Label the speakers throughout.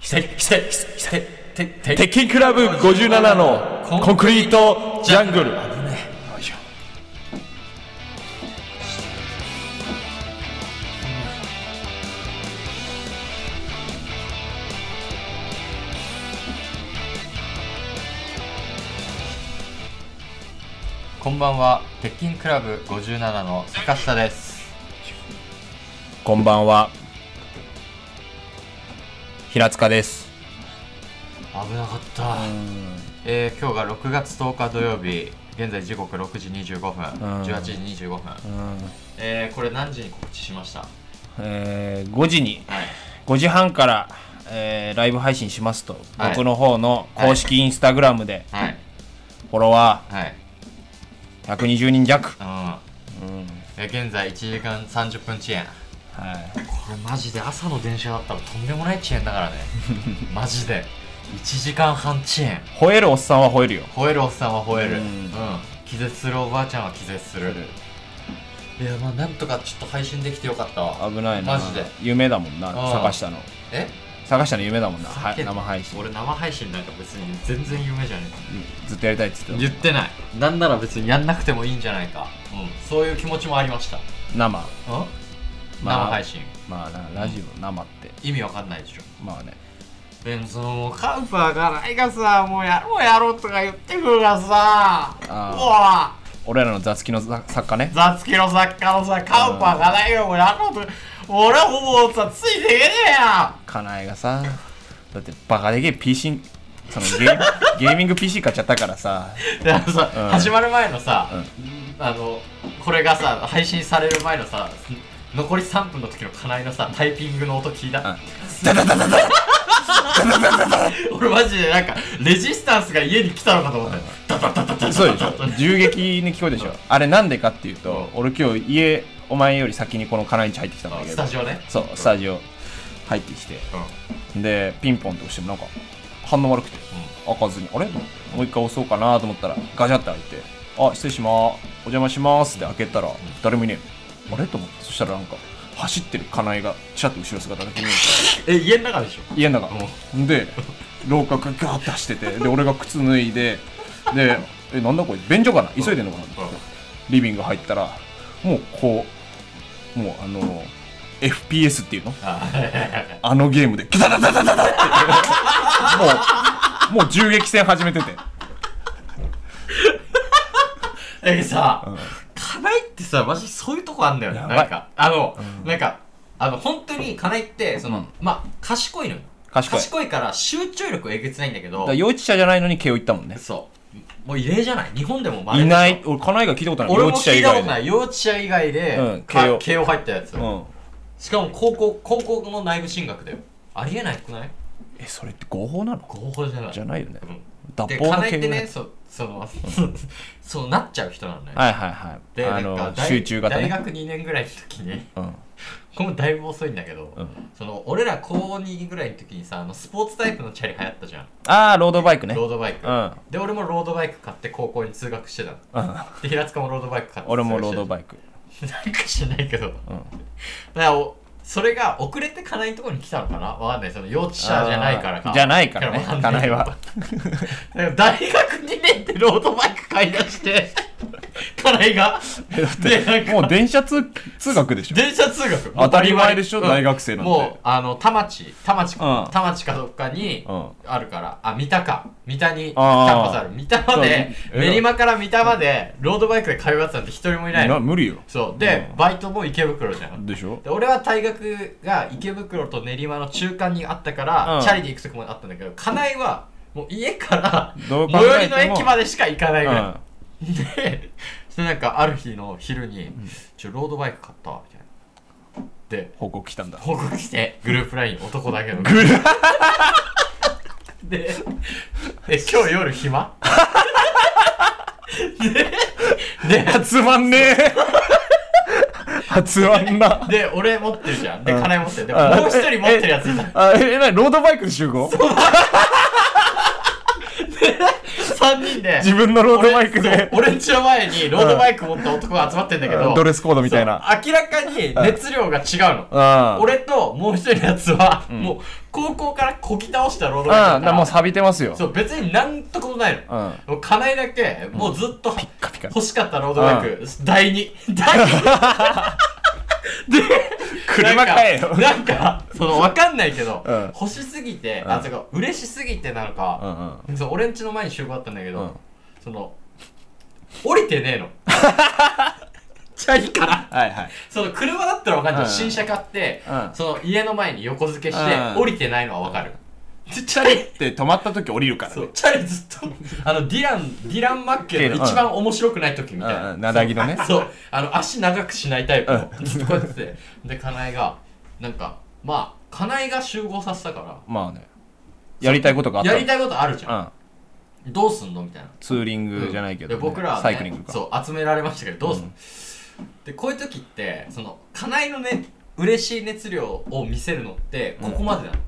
Speaker 1: 久々久々久々てて
Speaker 2: 鉄筋クラブ57のコンクリートジャングル
Speaker 3: こんばんは、鉄筋クラブ57の坂下です。
Speaker 2: こんばんは
Speaker 4: 平塚です
Speaker 3: 危なかった。えー、今日が6月10日土曜日、現在時刻6時25分、18時25分。えー、これ何時に告知しました
Speaker 4: えー5時に
Speaker 3: はい。
Speaker 4: 5時半から、えーライブ配信しますと、
Speaker 3: はい
Speaker 4: 僕の方の公式インスタグラムで
Speaker 3: はい。
Speaker 4: フォロワ
Speaker 3: はい。
Speaker 4: ー120人弱、
Speaker 3: うん。えー現在1時間30分遅延。
Speaker 4: はい、
Speaker 3: これマジで朝の電車だったらとんでもない遅延だから ね。マジで。1時間半遅延。
Speaker 4: 吠えるおっさんは吠えるよ
Speaker 3: 吠えるおっさんは吠える、
Speaker 4: う
Speaker 3: うんん気絶するおばあちゃんは気絶するいやまあなんとかちょっと配信できてよかったわ
Speaker 4: 危ないな
Speaker 3: マジで
Speaker 4: 夢だもんな
Speaker 3: あー
Speaker 4: 坂下の
Speaker 3: え
Speaker 4: 坂下の夢だもんな、
Speaker 3: さ
Speaker 4: は
Speaker 3: っ
Speaker 4: い、
Speaker 3: きの
Speaker 4: 生配信
Speaker 3: 俺生配信なんか別に全然夢じゃね
Speaker 4: ずっとやりたいっつってた
Speaker 3: え
Speaker 4: もん
Speaker 3: 言ってないなんなら別にやんなくてもいいんじゃないか、うん、そういう気持ちもありました、
Speaker 4: 生まあ
Speaker 3: 生配信
Speaker 4: まあなラジオ生って
Speaker 3: 意味わかんないでしょ
Speaker 4: まあね
Speaker 3: でもそのもうカウパーがないがさもうやろうやろうとか言ってくるがさ
Speaker 4: ー
Speaker 3: もう
Speaker 4: 俺らの雑記のざ作家ね
Speaker 3: 雑記の作家のさカウパーがないよ俺あのと俺はもうさついていけねえや
Speaker 4: かなえがさだってバカでけえ PC そのゲー ゲーミング PC 買っちゃったからさ
Speaker 3: であのさ、
Speaker 4: うん
Speaker 3: 始まる前のさ、あのこれがさ配信される前のさ残り3分の時のかなえのさタイピングの音聞いた、 俺マジでなんかレジスタンスが家に来たのかと思ったよ、
Speaker 4: そうでしょ銃撃に聞こえるでしょあれなんでかっていうと、俺今日家お前より先にこのカナイチ入ってきたんだ
Speaker 3: あ
Speaker 4: けど
Speaker 3: スタジオね
Speaker 4: そうスタジオ入ってきて、でピンポンと押してもなんか反応悪くて、開かずにあれと思ってもう一回押そうかなと思ったらガチャって開いて「あ失礼しまーすお邪魔します」って開けたら誰もいねえのあれと思ってそしたらなんか走ってるカナイがチラッと後ろ姿だけ見えて
Speaker 3: え家の中でしょ
Speaker 4: 家の中で廊下がガーって走っててで俺が靴脱いでで「えなんだこれ便所かな急いでんのかな?」リビング入ったらもうこうもうあの FPS っていうのあのゲームでガタガタガタガタってもうもう銃撃戦始めてて
Speaker 3: えさ、カナイってさマジそういうとこあんだよね
Speaker 4: やばい
Speaker 3: なんかあの、なんかあの本当にカナイってその、まあ賢いのよ
Speaker 4: 賢い
Speaker 3: から集中力えげつないんだけ
Speaker 4: だ
Speaker 3: ど
Speaker 4: から幼稚者じゃないのに慶応行ったもんね
Speaker 3: そうもう異例じゃない日本でも
Speaker 4: い
Speaker 3: 稀でしょ
Speaker 4: ない俺家内が聞いたことない
Speaker 3: 俺
Speaker 4: 幼
Speaker 3: も
Speaker 4: 稚者
Speaker 3: 聞
Speaker 4: 以
Speaker 3: いたこ
Speaker 4: 外
Speaker 3: とな
Speaker 4: で
Speaker 3: い幼稚舎以外で、
Speaker 4: うん
Speaker 3: か
Speaker 4: 慶応
Speaker 3: 慶応入ったやつ、
Speaker 4: うん
Speaker 3: しかも高校高校の内部進学だよありえないくない
Speaker 4: えそれって合法なの
Speaker 3: 合法じゃない
Speaker 4: じゃないよね
Speaker 3: うん
Speaker 4: 脱
Speaker 3: で
Speaker 4: 法
Speaker 3: カ
Speaker 4: の
Speaker 3: ナイ
Speaker 4: 慶
Speaker 3: っ
Speaker 4: 応
Speaker 3: て
Speaker 4: の
Speaker 3: ね
Speaker 4: やつ
Speaker 3: そうその そうなっちゃう人なのね、
Speaker 4: はいはいはい
Speaker 3: で
Speaker 4: あ
Speaker 3: なん
Speaker 4: の
Speaker 3: か大
Speaker 4: 集中型
Speaker 3: 大
Speaker 4: ね
Speaker 3: 学2年ぐらいの時に
Speaker 4: うん
Speaker 3: これもだいぶ遅いんだけど、
Speaker 4: うん
Speaker 3: その俺ら高2ぐらいの時にさあのスポーツタイプのチャリ流行ったじゃん
Speaker 4: ああロードバイクね
Speaker 3: ロードバイク、
Speaker 4: うん
Speaker 3: で俺もロードバイク買って高校に通学してたの
Speaker 4: うん
Speaker 3: で 平塚もロードバイク買って
Speaker 4: 俺もロードバイク
Speaker 3: イクなんかしないけど、だからおそれが遅れて家内のところに来たのかなわかんないその幼稚舎じゃないからか
Speaker 4: じゃないからね
Speaker 3: わん
Speaker 4: 家内は
Speaker 3: だから大学2年でロードバイク買い出 して家内がでなんか
Speaker 4: もう電車通通学でしょ
Speaker 3: 電車通学
Speaker 4: 当たり前でしょ大学生なんて
Speaker 3: もうあの田町田
Speaker 4: う
Speaker 3: 町,、
Speaker 4: ん
Speaker 3: 田町かどっかに
Speaker 4: うん
Speaker 3: あるからあ三鷹三田にキャン
Speaker 4: あー
Speaker 3: パスある三田まで
Speaker 4: そうね
Speaker 3: 練馬から三田までロードバイクで通うやつなんて一人もいない
Speaker 4: な
Speaker 3: の
Speaker 4: 無理よ
Speaker 3: そうで、バイトも池袋じゃん
Speaker 4: でしょ
Speaker 3: で俺は大学が池袋と練馬の中間にあったから、
Speaker 4: うん
Speaker 3: チャリで行くとこもあったんだけど金井はもう家から最
Speaker 4: どう考えても
Speaker 3: 寄りの駅までしか行かな
Speaker 4: うん
Speaker 3: いぐらい、で、でなんかある日の昼に、ちょ、ロードバイク買ったわ、みたいな。で、
Speaker 4: 報告来たんだ
Speaker 3: 報告して、グループライン男だけど。
Speaker 4: ルー
Speaker 3: で、で、今日夜暇で、で、
Speaker 4: 集まんねえ集まんな
Speaker 3: で、俺持ってるじゃん。で、金持ってる。でも、もう一人持ってるやついた。
Speaker 4: あえなにロードバイクで集合
Speaker 3: 3人で
Speaker 4: 自分のロードバイクで
Speaker 3: 俺んちの前にロードバイク持った男が集まってんだけど
Speaker 4: ドレスコードみたいな
Speaker 3: そう明らかに熱量が違うの
Speaker 4: うん
Speaker 3: 俺ともう一人のやつは、
Speaker 4: ん
Speaker 3: もう高校からこぎ倒したロ
Speaker 4: う
Speaker 3: ード
Speaker 4: ん
Speaker 3: バイクだ
Speaker 4: な
Speaker 3: から
Speaker 4: もう錆びてますよ
Speaker 3: そう別になんとことないの、
Speaker 4: うん
Speaker 3: もう金井だけもうずっと、
Speaker 4: カピカ
Speaker 3: 欲しかったロードバイク、第2第2
Speaker 4: 車買えよ
Speaker 3: なんかなんかその分かんないけど、
Speaker 4: うん
Speaker 3: 欲しすぎて、
Speaker 4: う
Speaker 3: あ
Speaker 4: ん
Speaker 3: そうか嬉しすぎてなの
Speaker 4: うんう
Speaker 3: か、
Speaker 4: ん
Speaker 3: そう俺んちの前に集合あったんだけど、
Speaker 4: うん
Speaker 3: その降りてねえのチャリから
Speaker 4: はいはい
Speaker 3: その車だったら分かんない、
Speaker 4: うん
Speaker 3: 新車買って、
Speaker 4: うん
Speaker 3: その家の前に横付けして、
Speaker 4: うん
Speaker 3: 降りてないのは分かる、でチャリ
Speaker 4: で止まった時降りるから
Speaker 3: そ
Speaker 4: ね
Speaker 3: うチャリずっとあのディランディラン・マッケルの一番面白くない時みたいな、
Speaker 4: うんなだぎのね
Speaker 3: そうあの足長くしないタイプのずっとこうやっててでかなえがなんかまあかなえが集合させたか
Speaker 4: まあねやりたいことがあっ
Speaker 3: ら
Speaker 4: た
Speaker 3: やりたいことあるじゃん、
Speaker 4: うん
Speaker 3: どうすんのみたいな
Speaker 4: ツーリングじゃないけど
Speaker 3: で
Speaker 4: ね
Speaker 3: 僕らは、ね、
Speaker 4: サイクリングか
Speaker 3: そう集められましたけどどうすんの、でこういう時ってそのかなえのね嬉しい熱量を見せるのってここまでなの、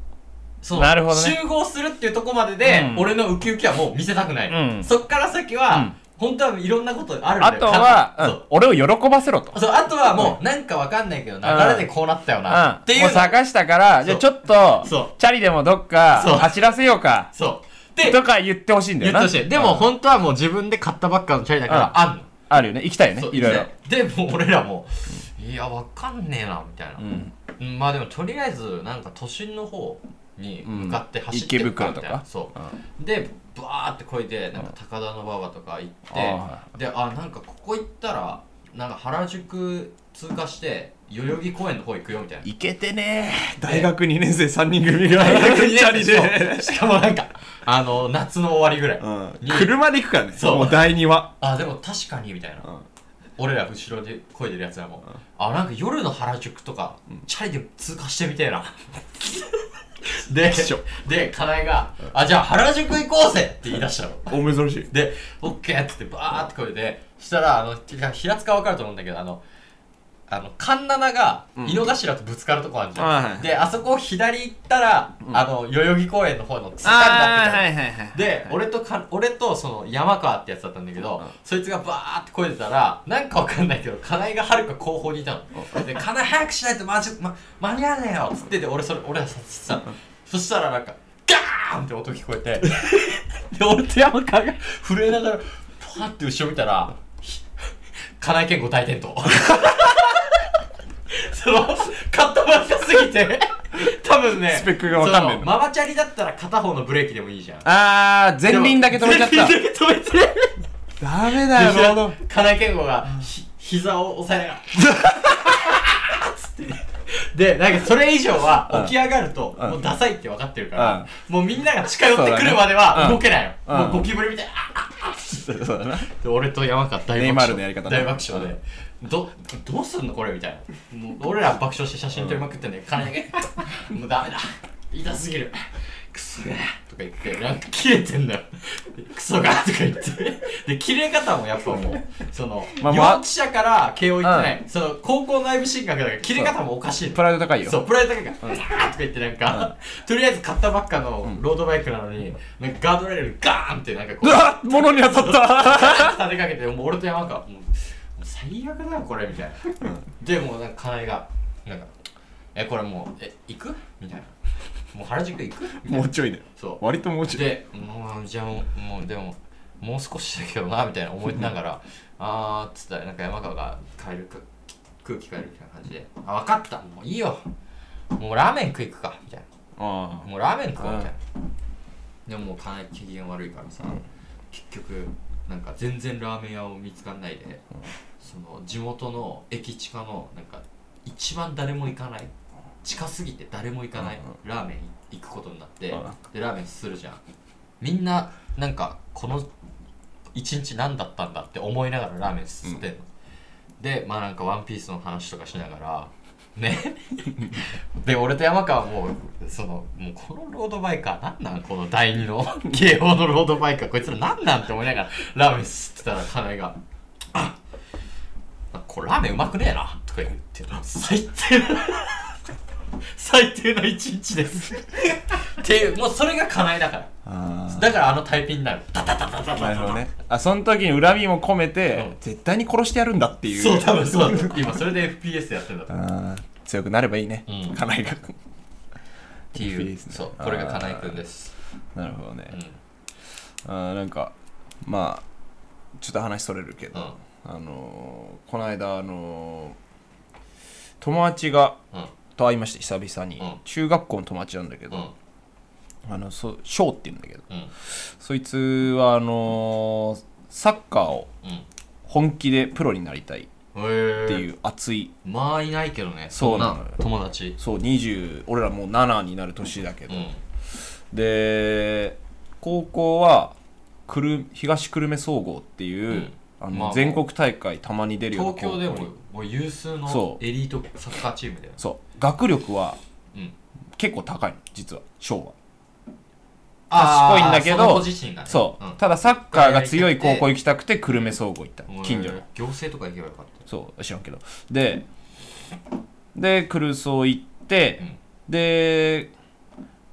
Speaker 3: その
Speaker 4: なるほどね
Speaker 3: 集合するっていうとこまでで、
Speaker 4: うん
Speaker 3: 俺のウキウキはもう見せたくないの、
Speaker 4: うん
Speaker 3: そっから先
Speaker 4: う
Speaker 3: は
Speaker 4: ん、
Speaker 3: 本当はいろんなことあるんだ
Speaker 4: あ
Speaker 3: よ
Speaker 4: とは
Speaker 3: 多分
Speaker 4: う
Speaker 3: そうん
Speaker 4: 俺を喜ばせろと
Speaker 3: そうあとはもうなんかわかんないけど流れでこうなったよな、っていう
Speaker 4: も
Speaker 3: の
Speaker 4: う探したからじゃあちょっと
Speaker 3: そう
Speaker 4: チャリでもどっか
Speaker 3: そう
Speaker 4: 走らせようか
Speaker 3: そうで
Speaker 4: とか言ってほしいんだ
Speaker 3: 言
Speaker 4: よ
Speaker 3: っ
Speaker 4: な
Speaker 3: てほしいでも
Speaker 4: うん
Speaker 3: 本当はもう自分で買ったばっかのチャリだから
Speaker 4: うん
Speaker 3: あんの、
Speaker 4: あるよね行きたいよね
Speaker 3: そう
Speaker 4: いろいろ
Speaker 3: ででもう俺らもいやわかんねえなみたいな
Speaker 4: う、ん
Speaker 3: うんまあでもとりあえずなんか都心の方に向かって走って
Speaker 4: 池
Speaker 3: るか
Speaker 4: 袋
Speaker 3: みた
Speaker 4: と
Speaker 3: いな、
Speaker 4: か
Speaker 3: そうでバーってこいでなんか高田馬場とか行って、
Speaker 4: あ
Speaker 3: であなんかここ行ったらなんか原宿通過して代々木公園の方行くよみたいな
Speaker 4: 行けてねえ
Speaker 3: 大
Speaker 4: 学2年生3人組が
Speaker 3: チャリでしかもなんかあの夏の終わりぐらい、に
Speaker 4: 車で行くからね
Speaker 3: そう
Speaker 4: もう第2話
Speaker 3: あでも確かにみたいな、
Speaker 4: うん
Speaker 3: 俺ら後ろで声出るやつらも、あなんか夜の原宿とか、チャリで通過してみてえなででかなえが、あじゃあ原宿行こうぜ」って言い出したの
Speaker 4: お珍しい
Speaker 3: で「オッケーって言ってバーって声でそしたらあのてか平塚わかると思うんだけどあのあの環七が井の頭とぶつかるとこあるじゃん、
Speaker 4: はい
Speaker 3: であそこを左行ったら、あの代々木公園の方のつかんだって
Speaker 4: あ
Speaker 3: た
Speaker 4: あはいはいはい
Speaker 3: で、俺とか俺とその山川ってやつだったんだけど、そいつがバーって声出たらなんかわかんないけど金井がはるか後方にいたので金井早くしないとまじ、ま、間に合わねえよっつってて俺それ俺はささのそしたらなんかガーンって音聞こえてで俺と山川が震えながらパーって後ろ見たらひ金井健吾大転 倒そのカットばっかすぎて多分ね
Speaker 4: スペックがわかんねえんだ
Speaker 3: そのママチャリだったら片方のブレーキでもいいじゃん
Speaker 4: あー前輪だけ止めちゃっ
Speaker 3: 前輪
Speaker 4: た
Speaker 3: だけ止めて
Speaker 4: ダメだ
Speaker 3: で
Speaker 4: よロー
Speaker 3: 金井健吾がひ膝を押さえながら つってでなんかそれ以上は起き上がると
Speaker 4: うん
Speaker 3: もうダサいって分かってるからもうみんなが近寄ってくるまで
Speaker 4: そうだ
Speaker 3: は
Speaker 4: ねうん
Speaker 3: 動けないの
Speaker 4: うん
Speaker 3: もうゴキブリみたいなあ
Speaker 4: ドそうだな
Speaker 3: で俺と山川大
Speaker 4: ネイ
Speaker 3: 爆
Speaker 4: マール
Speaker 3: 笑
Speaker 4: のやり方ね
Speaker 3: 大爆笑でどどうすんのこれみたいなもう俺ら爆笑して写真撮りまくってんだけど金井健吾もうダメだ痛すぎるクソがとか言ってなんか切れてんだよでクソがとか言ってで切れ方もやっぱもうその、
Speaker 4: まあ
Speaker 3: 幼
Speaker 4: まあ
Speaker 3: 稚舎から慶応行ってない、その高校内部進学だから切れ方もおかしいの
Speaker 4: プライド高いよ
Speaker 3: そうプライド高いから、ガーッとか言ってなんか、とりあえず買ったばっかのロードバイクなのに、なんかガードレールにガーンってなんかこう
Speaker 4: うわ物に当たった
Speaker 3: 立てかけてもう俺と山川もうもう最悪だよこれみたいな、でもうなんか金井がなんか「えこれもうえ行く?」みたいな「もう原宿行く?」みたい
Speaker 4: も
Speaker 3: な
Speaker 4: うちょいだよ
Speaker 3: そう
Speaker 4: 割ともうちょい
Speaker 3: で、もうじゃあもうもうでももう少しだけどなみたいな思いながら「あー」っつったらなんか山川が帰るか空気変えるみたいな感じで「あ分かったもういいよもうラーメン食い行くか」みたい
Speaker 4: あ
Speaker 3: な「もうラーメン食おう」みたいなでももうかなり機嫌悪いからさ結局なんか全然ラーメン屋を見つかんないでその地元の駅地下のなんか一番誰も行かない近すぎて誰も行かないラーメン行くことになって
Speaker 4: うん
Speaker 3: でラーメンするじゃんみんななんかこの一日何だったんだって思いながらラーメンすすってんの、でまあなんかワンピースの話とかしながらね で俺と山川はもうそのもうこのロードバイクは何なんこの第二の慶応のロードバイクはこいつら何なんって思いながらラーメンすってたら金井が「あこれラーメンうまくねえな」とか言って最低な最低な一日ですっていうもうそれが金井だから
Speaker 4: あ
Speaker 3: だからあのタイピンに なるタタタタタ
Speaker 4: なるほ
Speaker 3: タ
Speaker 4: どねあその時に恨みも込めて、
Speaker 3: うん
Speaker 4: 絶対に殺してやるんだっていう
Speaker 3: そう多分そうだ今それで FPS やってんだと思う
Speaker 4: あー強くなればいいね、
Speaker 3: うん
Speaker 4: 家内が
Speaker 3: っていう、
Speaker 4: FPS ね
Speaker 3: そうこれが金井くんです
Speaker 4: なるほどね
Speaker 3: うん、
Speaker 4: あーなんかまあちょっと話それるけど、
Speaker 3: うん
Speaker 4: あのーこの間あのー友達が
Speaker 3: うん
Speaker 4: と会いまして久々に、
Speaker 3: うん
Speaker 4: 中学校の友達なんだけ
Speaker 3: う
Speaker 4: ど、
Speaker 3: ん
Speaker 4: あのそう翔って言うんだけど
Speaker 3: うん
Speaker 4: そいつはあのーサッカーを
Speaker 3: うん
Speaker 4: 本気でプロになりたい
Speaker 3: へえ
Speaker 4: っていう熱い
Speaker 3: まあいないけどね
Speaker 4: そうなの
Speaker 3: ん友達
Speaker 4: そう20俺らもう7になる年だけ
Speaker 3: う
Speaker 4: ど、
Speaker 3: ん
Speaker 4: で高校は久留東久留米総合っていう、
Speaker 3: うん
Speaker 4: あ
Speaker 3: ま
Speaker 4: の
Speaker 3: あ
Speaker 4: 全国大会たまに出るような
Speaker 3: 東京で
Speaker 4: 高校
Speaker 3: も
Speaker 4: に
Speaker 3: もう有数の
Speaker 4: そう
Speaker 3: エリートサッカーチームだよ
Speaker 4: そう学力は
Speaker 3: うん
Speaker 4: 結構高いの実は昭和
Speaker 3: あー
Speaker 4: 賢いんだけど
Speaker 3: その子自身がね
Speaker 4: そう、
Speaker 3: ん
Speaker 4: ただサッカーが強い高校行きたくて久留米総合行った近所の
Speaker 3: へー行政とか行けばよかっ
Speaker 4: そう知らんけどででクルーソー行って
Speaker 3: た、うん
Speaker 4: で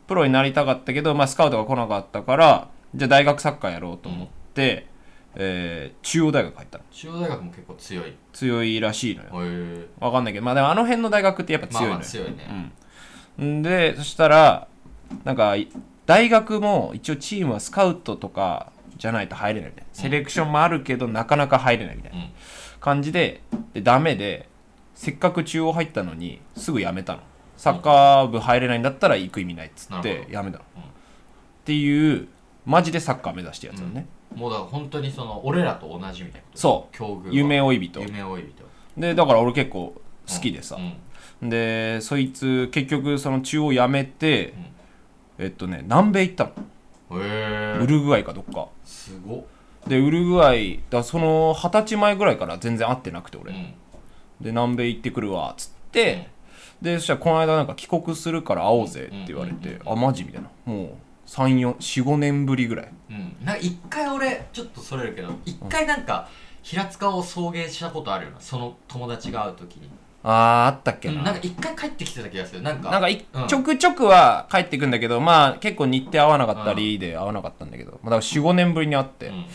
Speaker 4: プロになりたかったけど、まあ、スカウトが来なかったからじゃあ大学サッカーやろうと思って、えー中央大学入ったの
Speaker 3: 中央大学も結構強いへ
Speaker 4: 強いらしいのよ
Speaker 3: え
Speaker 4: わかんないけどまあでもあの辺の大学ってやっぱ強
Speaker 3: まあ
Speaker 4: いの
Speaker 3: ま
Speaker 4: よ、
Speaker 3: あ強いね
Speaker 4: うん、でそしたらなんかい大学も一応チームはスカウトとかじゃないと入れないみたいなセレクションもあるけどなかなか入れないみたいな
Speaker 3: うん
Speaker 4: 感じででダメでせっかく中央入ったのにすぐ辞めたのサッカー部入れないんだったら行く意味ないっつっ
Speaker 3: なる
Speaker 4: て
Speaker 3: ほど
Speaker 4: 辞めたの、っ
Speaker 3: うん
Speaker 4: ていうマジでサッカー目指してやつだね、
Speaker 3: もうだから本当にその俺らと同じみたいなこと
Speaker 4: そ
Speaker 3: 境遇は
Speaker 4: 夢追い人
Speaker 3: 夢追い人
Speaker 4: でだから俺結構好きでさ
Speaker 3: う、ん
Speaker 4: でそいつ結局その中央辞めて、えっとね南米行ったの
Speaker 3: へえ
Speaker 4: ウルグアイかどっか
Speaker 3: すごっ
Speaker 4: でウルグアイだその二十歳前ぐらいから全然会ってなくて俺、
Speaker 3: うん
Speaker 4: で南米行ってくるわっつって、でそしたらこの間なんか帰国するから会おうぜって言われて、
Speaker 3: うんうん
Speaker 4: あマジみたいなもう3445年ぶりぐらい
Speaker 3: うんなんか一回俺ちょっとそれるけど一回なんか平塚を送迎したことあるよなその友達が会う時に
Speaker 4: あーあったっけ
Speaker 3: うん
Speaker 4: な,、
Speaker 3: なん
Speaker 4: な
Speaker 3: か
Speaker 4: んか
Speaker 3: 一回帰ってきてた気がするなんか
Speaker 4: い
Speaker 3: うん
Speaker 4: ちょくちょくは帰ってくんだけどまあ結構日程合わなかったりで合わなかったんだけど、まあ、だから45年ぶりに会って、
Speaker 3: うん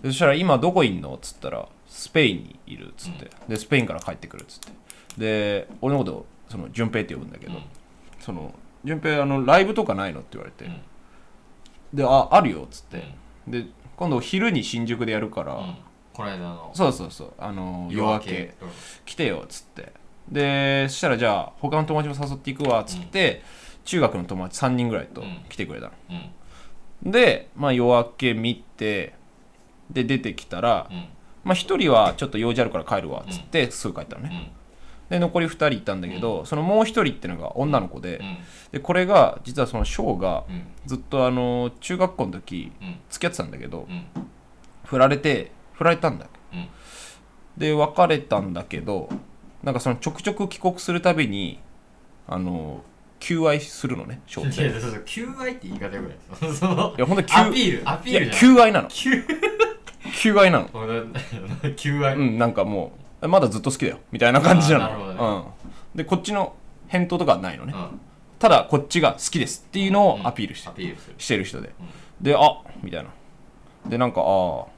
Speaker 4: そしたら今どこいんのっつったらスペインにいるっつって、でスペインから帰ってくるっつってで俺のことその順平って呼ぶんだけど、
Speaker 3: うん
Speaker 4: その順平あのライブとかないのって言われて、
Speaker 3: うん
Speaker 4: でああるよっつっ
Speaker 3: うん
Speaker 4: て、で今度昼に新宿でやるから、
Speaker 3: うんこの間の
Speaker 4: そうそうそうあの夜明け
Speaker 3: うん
Speaker 4: 来てよっつってでそしたらじゃあ他の友達も誘っていくわっつって、中学の友達3人ぐらいと
Speaker 3: うん
Speaker 4: 来てくれたの、
Speaker 3: うん
Speaker 4: で、まあ、夜明け見てで出てきたら、
Speaker 3: うん
Speaker 4: まあ、1人はちょっと用事あるから帰るわっつってすぐ帰ったの
Speaker 3: う
Speaker 4: ね、
Speaker 3: ん
Speaker 4: で残り2人いたんだけど、そのもう1人ってのが女の子で,、
Speaker 3: うん
Speaker 4: でこれが実はその翔が
Speaker 3: うん
Speaker 4: ずっとあの中学校の時
Speaker 3: うん
Speaker 4: 付き合ってたんだけど、
Speaker 3: うん
Speaker 4: 振られて振られたんだ
Speaker 3: うん
Speaker 4: で別れたんだけどなんかそのちょくちょく帰国するたびにあの求愛するのね翔っ
Speaker 3: い
Speaker 4: てい
Speaker 3: やそうそう求愛って言い方よくないその
Speaker 4: やほんと
Speaker 3: アピールアピール
Speaker 4: いや
Speaker 3: じゃん
Speaker 4: 求愛なの
Speaker 3: 求
Speaker 4: 求愛なの
Speaker 3: 愛求愛
Speaker 4: うん、なんかもう、まだずっと好きだよ、みたいな感じなの。
Speaker 3: あーなるほ
Speaker 4: うん。で、こっちの返答とかはないのね。
Speaker 3: うん
Speaker 4: ただ、こっちが好きですっていうのをアピールして,、
Speaker 3: アピールする
Speaker 4: してる人で。で、あみたいな。で、なんか、ああ、こ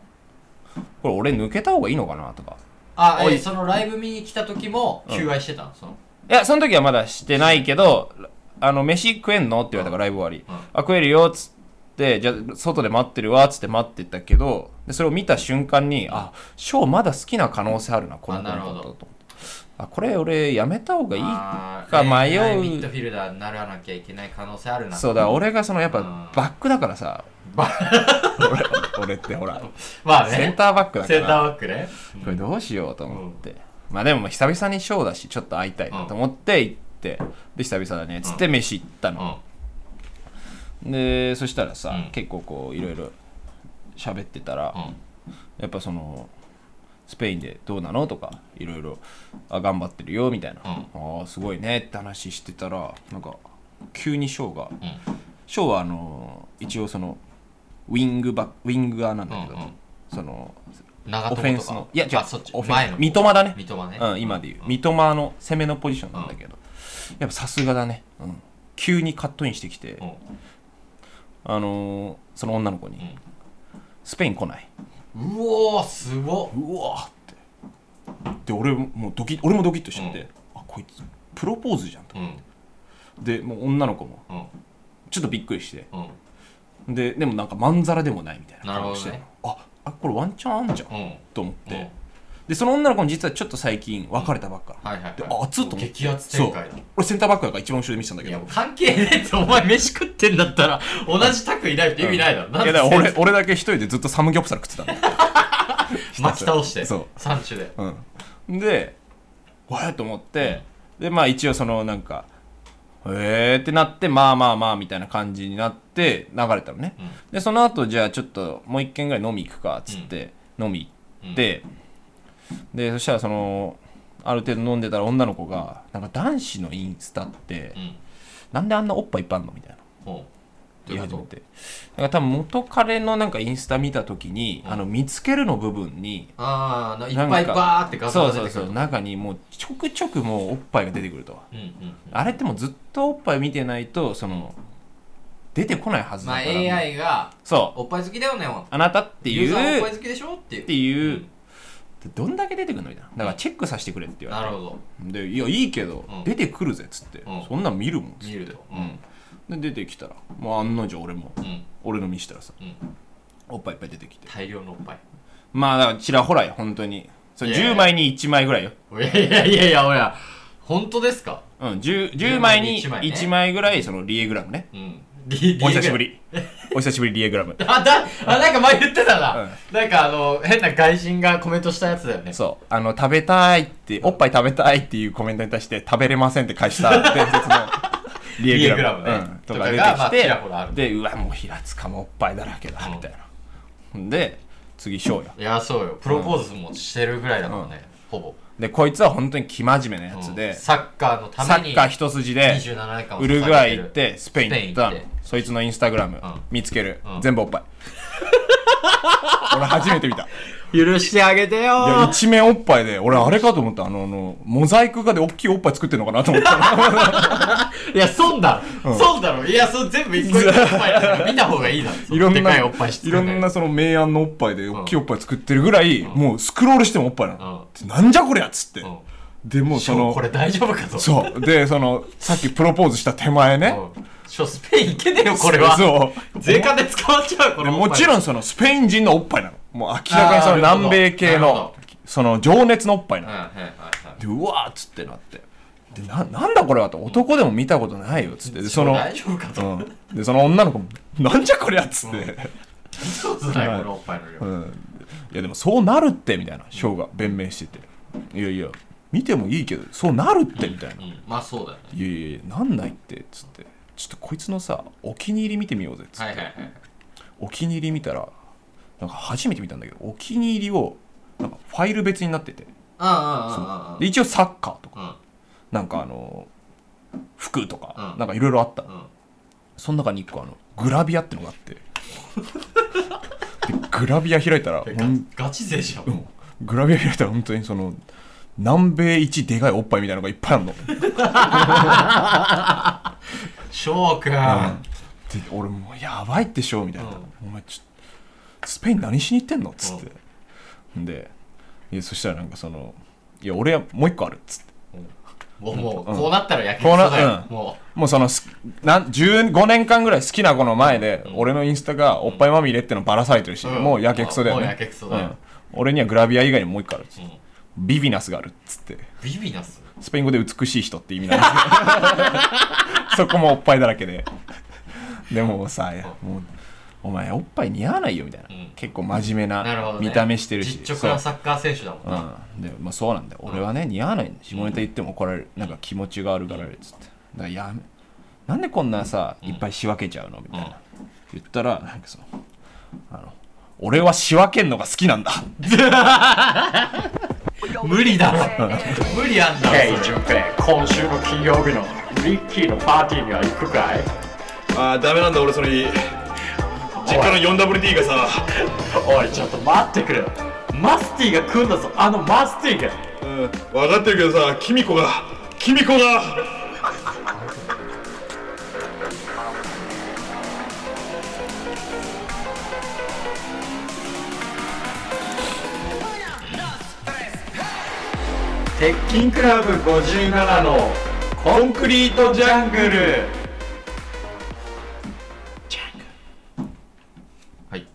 Speaker 4: れ俺抜けた方がいいのかなとか。
Speaker 3: あ
Speaker 4: お
Speaker 3: え
Speaker 4: い
Speaker 3: そのライブ見に来た時も求愛してたのその
Speaker 4: いや、その時はまだしてないけど、あの、飯食えんのって言われたから、ライブ終わり。
Speaker 3: うん
Speaker 4: あ、食えるよ、つって、じゃあ外で待ってるわ、つって待ってたけど、でそれを見た瞬間に、あ、ショーまだ好きな可能性あるな、この子
Speaker 3: あ
Speaker 4: の
Speaker 3: なるほ
Speaker 4: こと
Speaker 3: ど
Speaker 4: と思って。あ、これ俺やめた方がいい
Speaker 3: あー
Speaker 4: か迷
Speaker 3: 恋愛
Speaker 4: う
Speaker 3: ミッドフィルダーにならなきゃいけない可能性あるな
Speaker 4: そうだ俺がそのやっ
Speaker 3: うん
Speaker 4: ぱバックだからさ俺俺ってほら
Speaker 3: まあね
Speaker 4: センターバックだか
Speaker 3: センター
Speaker 4: ら
Speaker 3: バックね
Speaker 4: これどうしようと思ってまあでも久々にショーだしちょっと会いたいなと思って行ってで久々だねっつって飯行った
Speaker 3: うん
Speaker 4: のでそしたらさ
Speaker 3: うん
Speaker 4: 結構こういろいろ喋ってたら
Speaker 3: うん
Speaker 4: やっぱそのスペインでどうなのとかいろいろあ頑張ってるよみたいな
Speaker 3: うん
Speaker 4: あーすごいねって話してたらなんか急にショーが
Speaker 3: うん
Speaker 4: ショーはあの一応そのウィングバックウィングアーなんだけど、
Speaker 3: うんうん
Speaker 4: その
Speaker 3: 長
Speaker 4: オ
Speaker 3: 友とか
Speaker 4: フェンスのいや違う
Speaker 3: あそっち
Speaker 4: オフェンス
Speaker 3: 前の
Speaker 4: 三笘だね
Speaker 3: 三笘ね
Speaker 4: うん、今で言う、三笘の攻めのポジションなんだけど、やっぱさすがだね、うん、急にカットインしてきて、
Speaker 3: うん
Speaker 4: あのーその女の子に、
Speaker 3: ん
Speaker 4: スペイン来ないう
Speaker 3: おーすごっ
Speaker 4: うわーってで俺もうドキ俺もドキッとしちゃって、
Speaker 3: うん
Speaker 4: あこいつプロポーズじゃんと
Speaker 3: うん
Speaker 4: でもう女の子も
Speaker 3: うん
Speaker 4: ちょっとびっくりして
Speaker 3: うん
Speaker 4: ででもなんかまんざらでもないみたいな
Speaker 3: なるほ
Speaker 4: 顔
Speaker 3: ど
Speaker 4: し
Speaker 3: ね
Speaker 4: て、ああこれワンチャンあんじゃん、
Speaker 3: うん
Speaker 4: と思っ
Speaker 3: うん
Speaker 4: て、でその女の子も実はちょっと最近別れたばっか、
Speaker 3: はいはいはい
Speaker 4: であ熱っと思って
Speaker 3: 激アツ展開だ
Speaker 4: そう俺センターバックだから一番後ろで見てたんだけ
Speaker 3: いや
Speaker 4: ど
Speaker 3: もう関係ねえってお前飯食ってんだったら同じタクいないって意味ないだろ、
Speaker 4: うん
Speaker 3: なん
Speaker 4: い
Speaker 3: で
Speaker 4: やだから俺俺だけ一人でずっとサムギョプサル食ってたんだよ
Speaker 3: 巻き倒して
Speaker 4: そう
Speaker 3: 三種で
Speaker 4: うん、でわーっと思って、でまあ一応そのなんかえーってなってまあまあまあみたいな感じになって流れたのね、
Speaker 3: うん
Speaker 4: でその後じゃあちょっともう一軒ぐらい飲み行くかっつって、飲み行って、でそしたらそのある程度飲んでたら女の子がなんか男子のインスタって、
Speaker 3: うん
Speaker 4: なんであんなおっぱいいっぱいあんのみたいな
Speaker 3: ほう
Speaker 4: 言い始め
Speaker 3: どういう
Speaker 4: て
Speaker 3: こ
Speaker 4: だから多分元彼のなんかインスタ見た時に、
Speaker 3: うん
Speaker 4: あの見つけるの部分に
Speaker 3: とああいっ
Speaker 4: なんか
Speaker 3: ぱいバーって画像
Speaker 4: そ
Speaker 3: が
Speaker 4: う
Speaker 3: 出て
Speaker 4: そ
Speaker 3: く
Speaker 4: うそ
Speaker 3: る
Speaker 4: う中にもうちょくちょくもうおっぱいが出てくると
Speaker 3: うんうん
Speaker 4: あれってもうずっとおっぱい見てないとその出てこないはずだ
Speaker 3: まあ
Speaker 4: から、
Speaker 3: AI が
Speaker 4: そう
Speaker 3: おっぱい好きだよねも
Speaker 4: あなたって
Speaker 3: ユ
Speaker 4: い
Speaker 3: ーザーはお
Speaker 4: う
Speaker 3: っぱい
Speaker 4: っ
Speaker 3: 好きでしょっていう
Speaker 4: ていう、
Speaker 3: うん
Speaker 4: でどんだけ出てくるのみたいなだからチェックさせてくれって言わ
Speaker 3: な
Speaker 4: れ
Speaker 3: る
Speaker 4: て
Speaker 3: ほど
Speaker 4: でいやいいけど、
Speaker 3: うん
Speaker 4: 出てくるぜっつって、
Speaker 3: うん
Speaker 4: そんなん見るもんっつっ
Speaker 3: 見
Speaker 4: て
Speaker 3: ると
Speaker 4: うん、で出てきたらもう案の定俺も
Speaker 3: うんうん
Speaker 4: 俺の見したらさ
Speaker 3: うん
Speaker 4: おっぱいいっぱい出てきて
Speaker 3: 大量のおっぱい
Speaker 4: まあだからちらほらよ本当にそれ
Speaker 3: いやいや
Speaker 4: 10枚に1枚ぐらいよ
Speaker 3: いやいやいやいやおや本当ですか
Speaker 4: うん、10, 10枚に
Speaker 3: 10枚ね
Speaker 4: 1枚ぐらいそのリエグラムね
Speaker 3: うんリリ
Speaker 4: お久しぶりお久しぶりリエグラム
Speaker 3: あだあなんか前言ってたな、
Speaker 4: うん
Speaker 3: なんかあの変な外人がコメントしたやつだよね
Speaker 4: そうあの食べたいっておっぱい食べたいっていうコメントに対して食べれませんって返した伝説のリエグラム
Speaker 3: リエグラムね
Speaker 4: うん
Speaker 3: と
Speaker 4: と
Speaker 3: か
Speaker 4: か出
Speaker 3: がまあ
Speaker 4: て
Speaker 3: ちら
Speaker 4: き
Speaker 3: ほらある
Speaker 4: てでうわもう平塚もおっぱいだらけだ
Speaker 3: うん
Speaker 4: みたいなで次翔や
Speaker 3: いやそうよプロポーズもしてるぐらいだもんね、ほ
Speaker 4: でこいつは本当に生真面目な
Speaker 3: ぼ、
Speaker 4: や
Speaker 3: う
Speaker 4: つ
Speaker 3: ん
Speaker 4: でサ
Speaker 3: サッカーのために
Speaker 4: ッカー一筋で
Speaker 3: 27年間を捧げてる
Speaker 4: ウルグアイ行ってスペイン行ったの
Speaker 3: スペイン行
Speaker 4: そいつのインスタグラム、
Speaker 3: ん
Speaker 4: 見つける、
Speaker 3: うん
Speaker 4: 全部おっ ぱい俺初めて見たい
Speaker 3: 許してあげてよ
Speaker 4: や一面おっぱいで俺あれかと思ったあのあのモザイク画で大きいおっぱい作ってんのかなと思った
Speaker 3: いや損だろ、損だろいやそれ全部一個一個おっぱいだから見た方がいいだ ろ
Speaker 4: いろ
Speaker 3: で
Speaker 4: ん
Speaker 3: か
Speaker 4: ない
Speaker 3: おっぱいして
Speaker 4: いろんなその明暗のおっぱいで大きいおっぱい作ってるぐらい、もうスクロールしてもおっぱいなの、なんじゃこりゃっつって、
Speaker 3: ん
Speaker 4: でもうその
Speaker 3: これ大丈夫かと
Speaker 4: そうでそのさっきプロポーズした手前ね、
Speaker 3: うんちょスペイン行けねえよこれは
Speaker 4: そう
Speaker 3: 税関で捕まっちゃう
Speaker 4: で
Speaker 3: これ
Speaker 4: もちろんそのスペイン人のおっぱいなのもう明らかにその
Speaker 3: あーなるほど
Speaker 4: 南米系
Speaker 3: なるほ
Speaker 4: のその情熱のおっぱいな
Speaker 3: うん
Speaker 4: の
Speaker 3: はいはいはい
Speaker 4: でうわーっつってなってでななんだこれはと男でも見たことないよっつってでその、
Speaker 3: 大丈夫かと
Speaker 4: うん、でその女の子 もなんじゃこりゃっつって、
Speaker 3: そうつないこのおっぱいの量
Speaker 4: うんいやでもそうなるってみたいな翔が弁明してていやいや見てもいいけどそうなるってみたいな
Speaker 3: うんまあそうだよ
Speaker 4: い
Speaker 3: ね
Speaker 4: やいやいやなんないってっつってちょっとこいつのさお気に入り見てみようぜっつって、
Speaker 3: はいはいはい
Speaker 4: お気に入り見たらなんか初めて見たんだけどお気に入りをなんかファイル別になってて
Speaker 3: ああああああ
Speaker 4: で一応サッカーとか
Speaker 3: あ
Speaker 4: なんかあの服とか、
Speaker 3: うん
Speaker 4: なんかいろいろあった、
Speaker 3: ん
Speaker 4: その中に一個あのグラビアってのがあってでグラビア開いたら
Speaker 3: うん
Speaker 4: ほん
Speaker 3: ガガチ勢じゃん
Speaker 4: うんグラビア開いたら本当にその南米一でかいおっぱいみたいなのがいっぱいあるので
Speaker 3: 翔くん
Speaker 4: 俺もうやばいってしょみたいな、お前ちょスペイン何しに行ってんのっつって、でいやそしたらなんかそのいや俺はもう一個あるっつって
Speaker 3: もうもう
Speaker 4: うん
Speaker 3: こうなったらやけ
Speaker 4: こうな
Speaker 3: だよ
Speaker 4: うん
Speaker 3: も
Speaker 4: もうそのすなん15年間ぐらい好きな子の前で、
Speaker 3: うん
Speaker 4: 俺のインスタがおっぱいまみれってのばらされてるし、
Speaker 3: うん
Speaker 4: もうやけくそだよね
Speaker 3: もうやけくそだよ
Speaker 4: うん俺にはグラビア以外にもう一個あるっつって
Speaker 3: ううん
Speaker 4: ビビナスがあるっつって
Speaker 3: ビビナス
Speaker 4: スペイン語で美しい人って意味 なんですけどそこもおっぱいだらけででもさもうお前おっぱい似合わないよみたいな、
Speaker 3: うん
Speaker 4: 結構真面目
Speaker 3: なるほ
Speaker 4: な
Speaker 3: どね
Speaker 4: 見た目してるし
Speaker 3: 実直なサッカー選手だもん
Speaker 4: そう,、う
Speaker 3: なん
Speaker 4: でまあ、そうなんだよ俺はね似合わないんだ下ネタ言っても怒られるなんか気持ちが悪がられるっつってだからやめなんでこんなさいっぱい仕分けちゃうのみたいな、言ったらなんかそのあの俺は仕分けんのが好きなんだ
Speaker 3: 無理だろ無理あんだろそれ
Speaker 5: 今週の金曜日のリッキーのパーティーには行くかい
Speaker 2: ああダメなんだ俺それ実家の 4WD がさ
Speaker 5: おいちょっと待ってくれマスティが来んだぞあのマスティが
Speaker 2: うん分かってるけどさキミコがキミコが
Speaker 5: 鉄筋クラブ57のコンクリートジャングル
Speaker 3: はい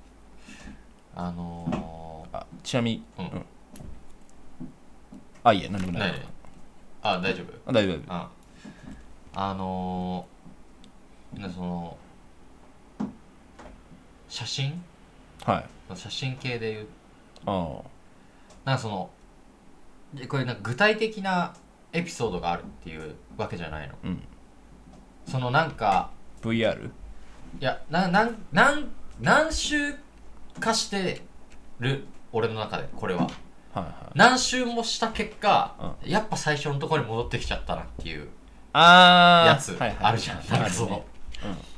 Speaker 3: あの
Speaker 4: あ ちなみに、
Speaker 3: うん
Speaker 4: あいいや何でも
Speaker 3: ー、
Speaker 4: ない、
Speaker 3: ねあ大丈夫
Speaker 4: あ大丈夫大丈夫
Speaker 3: ああのー、ねその写真
Speaker 4: はい
Speaker 3: 写真系で言う
Speaker 4: あ
Speaker 3: なんかそのでこれなんか具体的なエピソードがあるっていうわけじゃないの、
Speaker 4: うん
Speaker 3: そのなんか
Speaker 4: あ VR?
Speaker 3: いやななんなん何周かしてる俺の中でこれは
Speaker 4: はいはい
Speaker 3: 何周もした結果、やっぱ最初のところに戻ってきちゃったなっていう
Speaker 4: あー
Speaker 3: やつ
Speaker 4: はいはい
Speaker 3: あるじゃん、なんかそ
Speaker 4: ある
Speaker 3: の
Speaker 4: ね、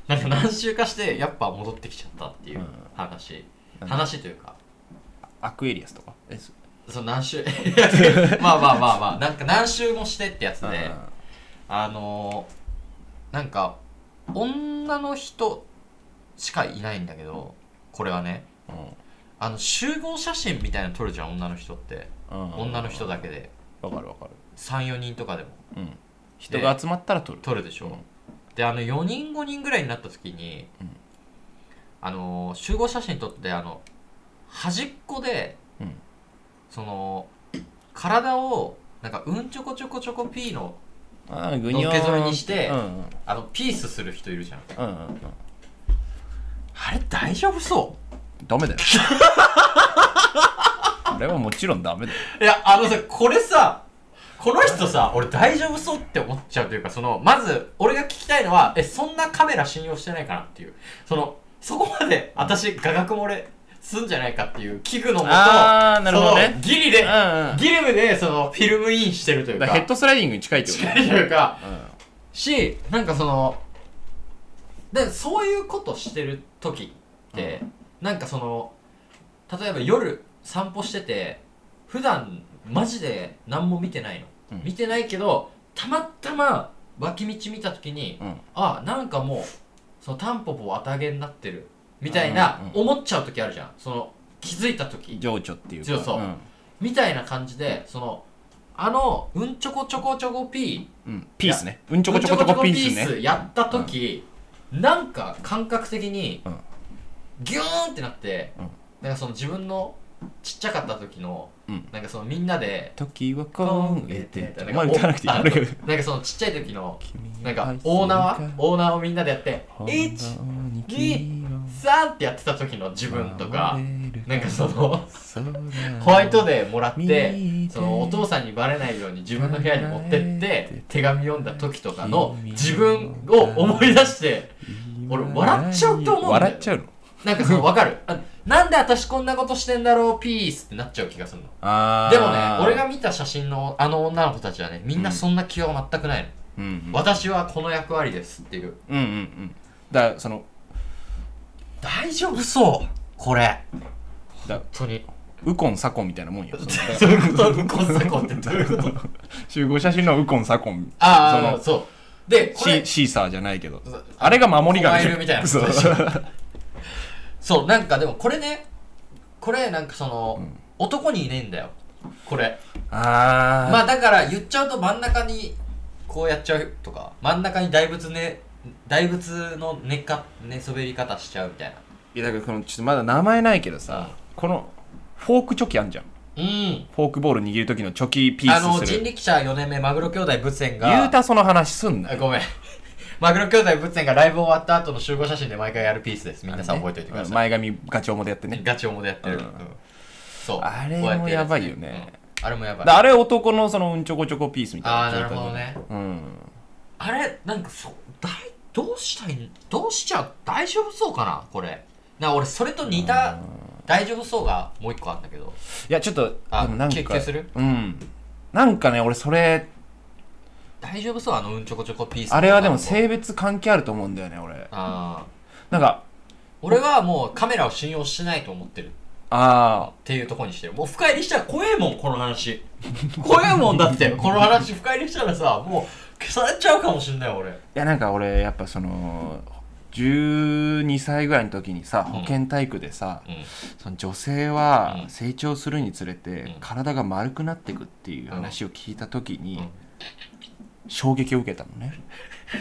Speaker 3: なんか何周かしてやっぱ戻ってきちゃったっていう話、話というか
Speaker 4: アクエリアスとかえそ
Speaker 3: その何周 まあまあまあまあなんか何周もしてってやつで、
Speaker 4: あ
Speaker 3: あのー、なんか女の人しかいないんだけどこれはね
Speaker 4: ーうん
Speaker 3: あの集合写真みたいなの撮るじゃん女の人って
Speaker 4: うん
Speaker 3: 女の人だけで
Speaker 4: わかるわかる
Speaker 3: 34人とかでも
Speaker 4: うん人が集まったら撮る
Speaker 3: 撮るでしょ、
Speaker 4: うん
Speaker 3: であの4人5人ぐらいになった時に、あのー集合写真撮ってあの端っこで、
Speaker 4: うん
Speaker 3: その体をなんかうんちょこちょこちょこピーの
Speaker 4: あーグニョーン
Speaker 3: のっけぞりにして
Speaker 4: うんうん
Speaker 3: あのピースする人いるじゃん
Speaker 4: うんうんうん
Speaker 3: あれ大丈夫そう
Speaker 4: ダメだよあれはもちろんダメだよ
Speaker 3: いや、あのさ、これさ、この人さ、俺大丈夫そうって思っちゃうというか、その、まず、俺が聞きたいのは、え、そんなカメラ信用してないかなっていう。その、そこまで、私、画角漏れすんじゃないかっていう器具のもと、
Speaker 4: あーなるほどね
Speaker 3: そのギリ
Speaker 4: う
Speaker 3: で、
Speaker 4: んうん
Speaker 3: ギリムで、その、フィルムインしてるという
Speaker 4: だか
Speaker 3: か、
Speaker 4: らヘッドスライディングに近いってこと
Speaker 3: 近いというか、
Speaker 4: うん
Speaker 3: し、なんかその、で、そういうことしてる時って、なんかその、例えば夜散歩してて、普段マジで何も見てないの。
Speaker 4: うん
Speaker 3: 見てないけど、たまたま脇道見た時に、
Speaker 4: うん
Speaker 3: あ、なんかもう、そのタンポポ綿毛になってる、みたいな
Speaker 4: うん、う
Speaker 3: 思っちゃう時あるじゃん。その、気づいた時。
Speaker 4: 情緒っていうか
Speaker 3: そうそうんみたいな感じで、その、あの、うんちょこちょこちょこピー、
Speaker 4: うんピースねうんちょこちょこちょこピースね
Speaker 3: やった時、なんか感覚的に、
Speaker 4: うん
Speaker 3: ギューンってなって、
Speaker 4: うん
Speaker 3: なんかその自分のちっちゃかった時の、
Speaker 4: うん
Speaker 3: なんかそのみんなで、
Speaker 4: 時はこうえて
Speaker 3: なん
Speaker 4: お
Speaker 3: か
Speaker 4: 前歌わなくていい
Speaker 3: あ
Speaker 4: 俺が
Speaker 3: なんかそのちっちゃい時の、なんかオーナー、オーナーをみんなでやって、1、3ってやってた時の自分とか、なんかその、ホワイトデーもらってそのお父さんにバレないように自分の部屋に持ってって手紙読んだ時とかの自分を思い出して俺笑っちゃうと思うんだよ
Speaker 4: 笑っちゃうの
Speaker 3: なんかその分かるあなんで私こんなことしてんだろうピースってなっちゃう気がするの
Speaker 4: あー
Speaker 3: でもね俺が見た写真のあの女の子たちはねみんなそんな気は全くないの、
Speaker 4: うんうん
Speaker 3: 私はこの役割ですっていう
Speaker 4: うんうんうんだからその
Speaker 3: 大丈夫そうこれ
Speaker 4: だ
Speaker 3: 本当に
Speaker 4: ウコン左近みたいなもんよその
Speaker 3: どういうことウコンサコンってどういうこと
Speaker 4: 集合写真のウコン左近
Speaker 3: ああ
Speaker 4: その
Speaker 3: そうでこ
Speaker 4: シ
Speaker 3: れ
Speaker 4: ーシーサーじゃないけどあれが守り
Speaker 3: がい
Speaker 4: 神
Speaker 3: るみたいな
Speaker 4: そう
Speaker 3: そうそうなんかでもこれねこれなんかその、男にいねえんだよこれ
Speaker 4: あー
Speaker 3: まあだから言っちゃうと真ん中にこうやっちゃうとか真ん中に大仏ね大仏の寝か寝そべり方しちゃうみたいない
Speaker 4: やだからこのちょっとまだ名前ないけどさ、このフォークチョキあんじゃん
Speaker 3: うん
Speaker 4: フォークボール握る時のチョキピ
Speaker 3: あ
Speaker 4: ー
Speaker 3: の
Speaker 4: スす
Speaker 3: 人
Speaker 4: る
Speaker 3: 力車4年目マグロ兄弟仏縁が
Speaker 4: 言うたその話すんな
Speaker 3: あ
Speaker 4: よ
Speaker 3: ごめん マグロ兄弟仏縁がライブ終わった後の集合写真で毎回やるピースです皆さん覚えておいてくだ
Speaker 4: うん
Speaker 3: さい、
Speaker 4: 前髪ガチョウモでやってね
Speaker 3: ガチ重でやってる、
Speaker 4: うん
Speaker 3: うんそう
Speaker 4: あれ
Speaker 3: こうって
Speaker 4: もやばいよね
Speaker 3: うんあれもやばい
Speaker 4: だあれ男のそのうんちょこちょこピースみたいな
Speaker 3: あーなるほどね
Speaker 4: うん
Speaker 3: あれなんかそうだいどうしたいどうしちゃう大丈夫そうかなこれなんか俺それと似た大丈夫そうがもう一個あんだけど
Speaker 4: いやちょっと
Speaker 3: あ
Speaker 4: でもなんか
Speaker 3: 研究する
Speaker 4: うんなんかね俺それ
Speaker 3: 大丈夫そうあのうんちょこちょこピース
Speaker 4: あれはでも
Speaker 3: あの
Speaker 4: 性別関係あると思うんだよね俺
Speaker 3: あー
Speaker 4: なんか
Speaker 3: 俺はもうカメラを信用しないと思ってるっ
Speaker 4: あ
Speaker 3: ていうところにしてるもう深入りしたら怖えもんこ の話怖えもんだってこの話深入りしたらさもう消されちゃうかもしんない俺
Speaker 4: あいやなんか俺やっぱその12歳ぐらいの時にさ保健体育でさ、
Speaker 3: うん
Speaker 4: その女性
Speaker 3: う
Speaker 4: は
Speaker 3: ん
Speaker 4: 成長するにつれて
Speaker 3: うん
Speaker 4: 体が丸くなっていくっていう話を聞いた時に衝撃を受けたのね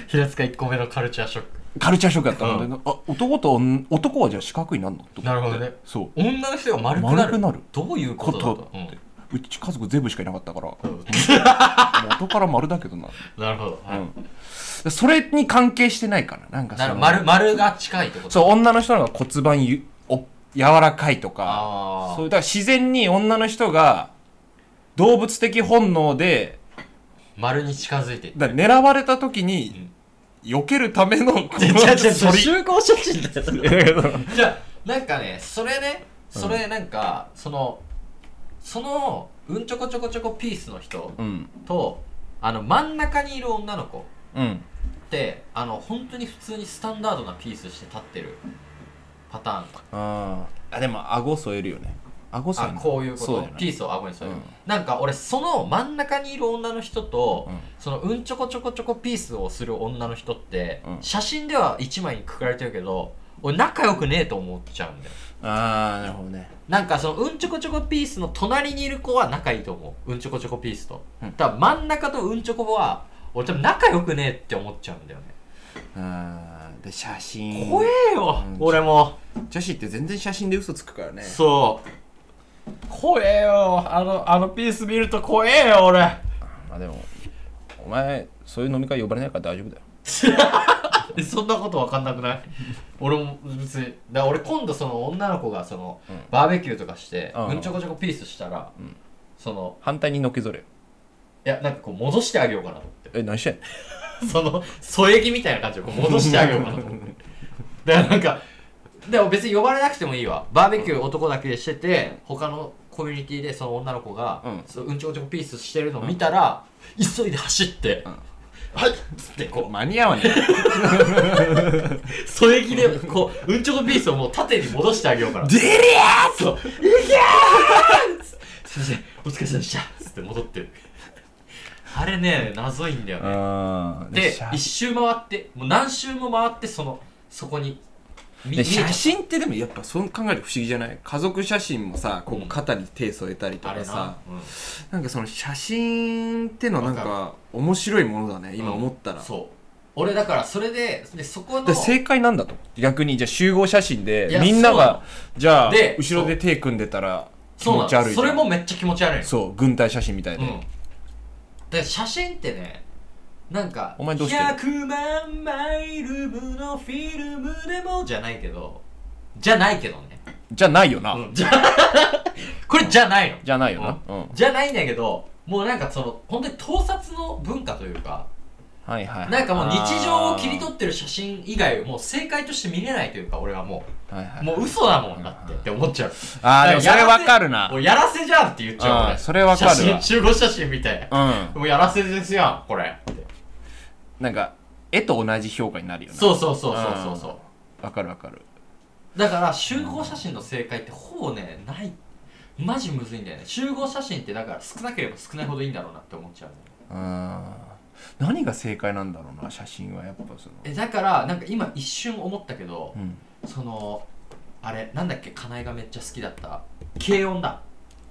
Speaker 3: 平塚1個目のカルチャーショック
Speaker 4: カルチャーショックだったので、あ男と女男はじゃあ四角になるのと
Speaker 3: なるほどね
Speaker 4: そう
Speaker 3: 女の人が丸くなる
Speaker 4: 丸くなる
Speaker 3: どういう
Speaker 4: こ
Speaker 3: こ
Speaker 4: とと
Speaker 3: だ
Speaker 4: っ
Speaker 3: と、う
Speaker 4: て
Speaker 3: ん、
Speaker 4: うち家族全部しかいなかったから、元から丸だけどな、
Speaker 3: なるほど、はい
Speaker 4: うん、それに関係してないからなんか
Speaker 3: な
Speaker 4: そ
Speaker 3: る
Speaker 4: の
Speaker 3: 丸丸が近いってこと
Speaker 4: そう女の人の方が骨盤ゆお柔らかいとか
Speaker 3: ああ
Speaker 4: そうだから自然に女の人が動物的本能で
Speaker 3: 丸に近づ いていって
Speaker 4: だから狙われた時に、避けるため のこの反り
Speaker 3: 合写真だよそれ
Speaker 4: いやいや そう
Speaker 3: じゃあなんかねそれねそれなんか、そのそのうんちょこちょこちょこピースの人
Speaker 4: うん
Speaker 3: と、あの真ん中にいる女の子
Speaker 4: うん
Speaker 3: ってあの本当に普通にスタンダードなピースして立ってるパターン
Speaker 4: あーあでも顎添えるよね顎添え
Speaker 3: あ
Speaker 4: る
Speaker 3: こういうこ
Speaker 4: そう
Speaker 3: と
Speaker 4: だよね
Speaker 3: ピースを顎に添える、
Speaker 4: うん
Speaker 3: なんか俺その真ん中にいる女の人と、
Speaker 4: うん
Speaker 3: そのうんちょこちょこちょこピースをする女の人って、
Speaker 4: うん
Speaker 3: 写真では1枚にくくられてるけど俺仲良くねえと思っちゃうんだよ
Speaker 4: ああなるほどね
Speaker 3: なんかそのうんちょこちょこピースの隣にいる子は仲いいと思ううんちょこちょこピースと、
Speaker 4: うん
Speaker 3: ただ真ん中とうんちょこは俺多分仲良くねえって思っちゃうんだよね、
Speaker 4: あーで写真
Speaker 3: 怖えよ、
Speaker 4: うん
Speaker 3: 俺も
Speaker 4: 女子って全然写真で嘘つくからね
Speaker 3: そう怖えよあのあのピース見ると怖えよ俺
Speaker 4: まあでもお前そういう飲み会呼ばれないから大丈夫だよ
Speaker 3: でそんなことわかんなくない俺も別にだから俺今度その女の子がその、
Speaker 4: ん
Speaker 3: バーベキューとかして、
Speaker 4: うん
Speaker 3: うんちょこちょこピースしたら、その
Speaker 4: 反対にのけぞれよ
Speaker 3: いやなんかこう戻してあげようかなと思って
Speaker 4: え何してんの
Speaker 3: その添え木みたいな感じでこう戻してあげようかなと思 ってだからなんかでも別に呼ばれなくてもいいわバーベキュー男だけでしてて他のコミュニティでその女の子が
Speaker 4: うん
Speaker 3: そのうんちょこちょこピースしてるのを見たら、急いで走って、はいっつってこう
Speaker 4: 間に合わねえ
Speaker 3: 添え木でこううんちょこピースをもう縦に戻してあげようから
Speaker 4: デリ
Speaker 3: あそう「いやー!」すいませんお疲れ様でした」つって戻ってるあれね謎いんだよね
Speaker 4: うん
Speaker 3: で
Speaker 4: 写
Speaker 3: 一周回ってもう何周も回ってそのそこにみ
Speaker 4: で
Speaker 3: 見えちゃっ
Speaker 4: 写真ってでもやっぱそう考えると不思議じゃない家族写真もさこう肩に手添えたりと
Speaker 3: たあれ
Speaker 4: か
Speaker 3: な
Speaker 4: さ、、なんかその写真ってのはなんか面白いものだね
Speaker 3: うん
Speaker 4: 今思ったら、
Speaker 3: うんそう俺だからそれででそこの
Speaker 4: で正解なんだと逆にじゃあ集合写真
Speaker 3: い
Speaker 4: で
Speaker 3: や
Speaker 4: みんながじゃあ
Speaker 3: で
Speaker 4: 後ろで手組んでたら気
Speaker 3: そう
Speaker 4: 持
Speaker 3: な
Speaker 4: ち悪
Speaker 3: の
Speaker 4: い
Speaker 3: それも
Speaker 4: じ
Speaker 3: めっちゃ気持ち悪い
Speaker 4: ゃんそう軍隊写真みたいで、
Speaker 3: うん、で写真ってねなんか
Speaker 4: お前どうしてる
Speaker 3: 100万マイル分のフィルムでもじゃないけどじゃないけどね、
Speaker 4: じゃないよな、
Speaker 3: うん、じゃ これじゃないの
Speaker 4: じゃないよな、うん
Speaker 3: じゃないんだけどもうなんかその本当に盗撮の文化というか
Speaker 4: はいはいはい
Speaker 3: なんかもう日常を切り
Speaker 4: っ
Speaker 3: 取ってる写真以外もう正解として見れないというか俺はも
Speaker 4: はいは
Speaker 3: う
Speaker 4: い、
Speaker 3: もう嘘だもんだってって思っちゃう
Speaker 4: ああでもそれ
Speaker 3: だ
Speaker 4: わ
Speaker 3: らやらせ
Speaker 4: かるな
Speaker 3: もうやらせじゃんって言っちゃう
Speaker 4: う
Speaker 3: 俺
Speaker 4: んそれわかるわ
Speaker 3: 写真集合写真みたいな
Speaker 4: うん
Speaker 3: もうやらせですやんこれって
Speaker 4: なんか絵と同じ評価になるよな
Speaker 3: そうそうそうそうそうそう
Speaker 4: わかるわかる
Speaker 3: だから集合写真の正解ってほぼねないマジむずいんだよね集合写真ってだから少なければ少ないほどいいんだろうなって思っちゃうの
Speaker 4: うん何が正解なんだろうな写真はやっぱその
Speaker 3: えだからなんか今一瞬思ったけど
Speaker 4: う、ん
Speaker 3: そのあれなんだっけかなえがめっちゃ好きだった軽音だ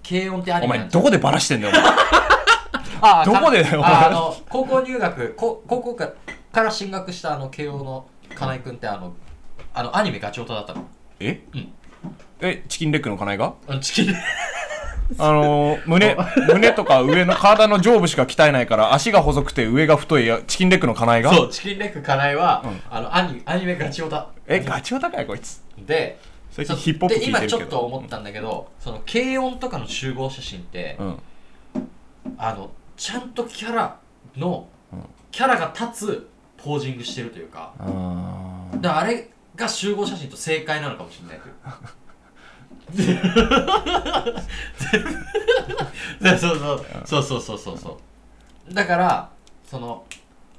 Speaker 3: 軽音ってアニ
Speaker 4: お前
Speaker 3: メなんじ
Speaker 4: ど
Speaker 3: ゃん
Speaker 4: こでバラしてんだよお 前
Speaker 3: ああ
Speaker 4: どこでだよ
Speaker 3: か
Speaker 4: お前
Speaker 3: ああの高校入学こ高校かから進学したあの慶応のかなえくんってあのあのアニメガチオタだったの
Speaker 4: え、
Speaker 3: うん
Speaker 4: えチキンレッグの金井が
Speaker 3: あのチキン
Speaker 4: あのー、胸 胸とか上の体の上部しか鍛えないから足が細くて上が太いやチキンレッグの金井が
Speaker 3: そうチキンレッグかなえは、あのアニアニメガチオタ
Speaker 4: えガチオ高いこいつ
Speaker 3: で
Speaker 4: 最
Speaker 3: そ
Speaker 4: 近
Speaker 3: う
Speaker 4: ヒップホップ聞い
Speaker 3: で
Speaker 4: てる
Speaker 3: 今
Speaker 4: けど
Speaker 3: ちょっと思ったんだけど、その軽音とかの集合写真って、
Speaker 4: うん
Speaker 3: あのちゃんとキャラの、キャラが立つポージングしてるというか
Speaker 4: あ
Speaker 3: だからあれが集合写真と正解なのかもしれないというかでそうそうそうそうそうそうそうだからその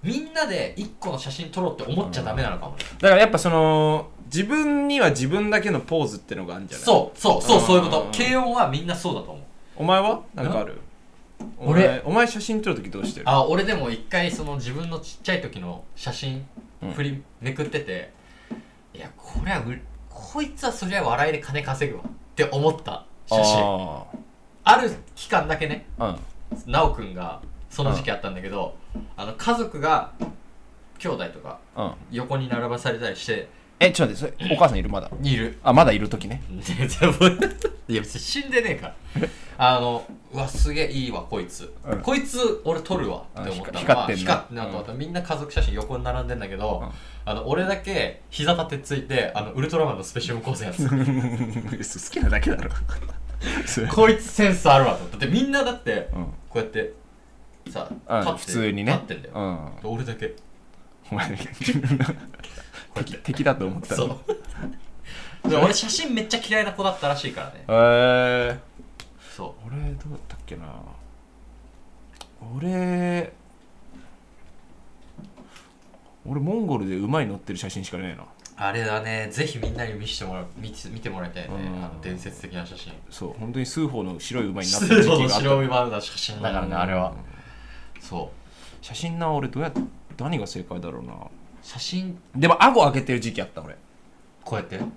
Speaker 3: みんなで一個の写真撮ろうって思っちゃダメなのかもね
Speaker 4: ーだからやっぱその自分には自分だけのポーズってのがあるんじゃない
Speaker 3: そうそうそうそういうこ
Speaker 4: うんうん
Speaker 3: と
Speaker 4: うん
Speaker 3: 軽音はみんなそうだと思う
Speaker 4: お前はなんかあるお
Speaker 3: 俺
Speaker 4: 前お前写真撮るときどうしてる
Speaker 3: あ俺でも一回その自分のちっちゃい時の写真振りめくってて、いやこりゃうこいつはそりゃ笑いで金稼ぐわって思った写真
Speaker 4: あ
Speaker 3: ある期間だけね
Speaker 4: あうん
Speaker 3: 奈くんがその時期あったんだけど、あの家族が兄弟とか
Speaker 4: うん
Speaker 3: 横に並ばされたりして
Speaker 4: えちょっと待ってそれお母さんいるまだ
Speaker 3: いる
Speaker 4: あまだいる 時ね
Speaker 3: 全然覚えてない いや別に死んで ねえからあのうわすげえいいわこいつ、
Speaker 4: うん
Speaker 3: こいつ俺撮るわって思っ
Speaker 4: あ
Speaker 3: たのは
Speaker 4: 光ってんな
Speaker 3: 光ってんなと思った、みんな家族写真横に並んでんだけど、
Speaker 4: うん
Speaker 3: あの俺だけ膝立てついてあのウルトラマンのスペシウム構成やつ
Speaker 4: 好きなだけだろそれ
Speaker 3: こいつセンスあるわと思ったでみんなだって
Speaker 4: うん
Speaker 3: こうやってさ、
Speaker 4: うん
Speaker 3: 立って
Speaker 4: 普通にね
Speaker 3: 立ってんだよ、
Speaker 4: うん
Speaker 3: で俺だけ
Speaker 4: お前敵敵だと思った
Speaker 3: そうで俺写真めっちゃ嫌いな子だったらしいからね
Speaker 4: へえ
Speaker 3: そう
Speaker 4: 俺どうだったっけな俺俺モンゴルで馬に乗ってる写真しかねえな
Speaker 3: あれだね、ぜひみんなに見してもらう見て見てもらいたいね、
Speaker 4: うん
Speaker 3: あの伝説的な写真。
Speaker 4: そう本当に数歩の白い馬になってる
Speaker 3: ス
Speaker 4: 時
Speaker 3: ー
Speaker 4: 期があ
Speaker 3: の
Speaker 4: った
Speaker 3: 白身バウの写真だからね、あれは
Speaker 4: うん。
Speaker 3: そう。
Speaker 4: 写真な俺どうや何が正解だろうな
Speaker 3: 写真、
Speaker 4: でも顎上げてる時期あった俺
Speaker 3: こうやって。
Speaker 4: うん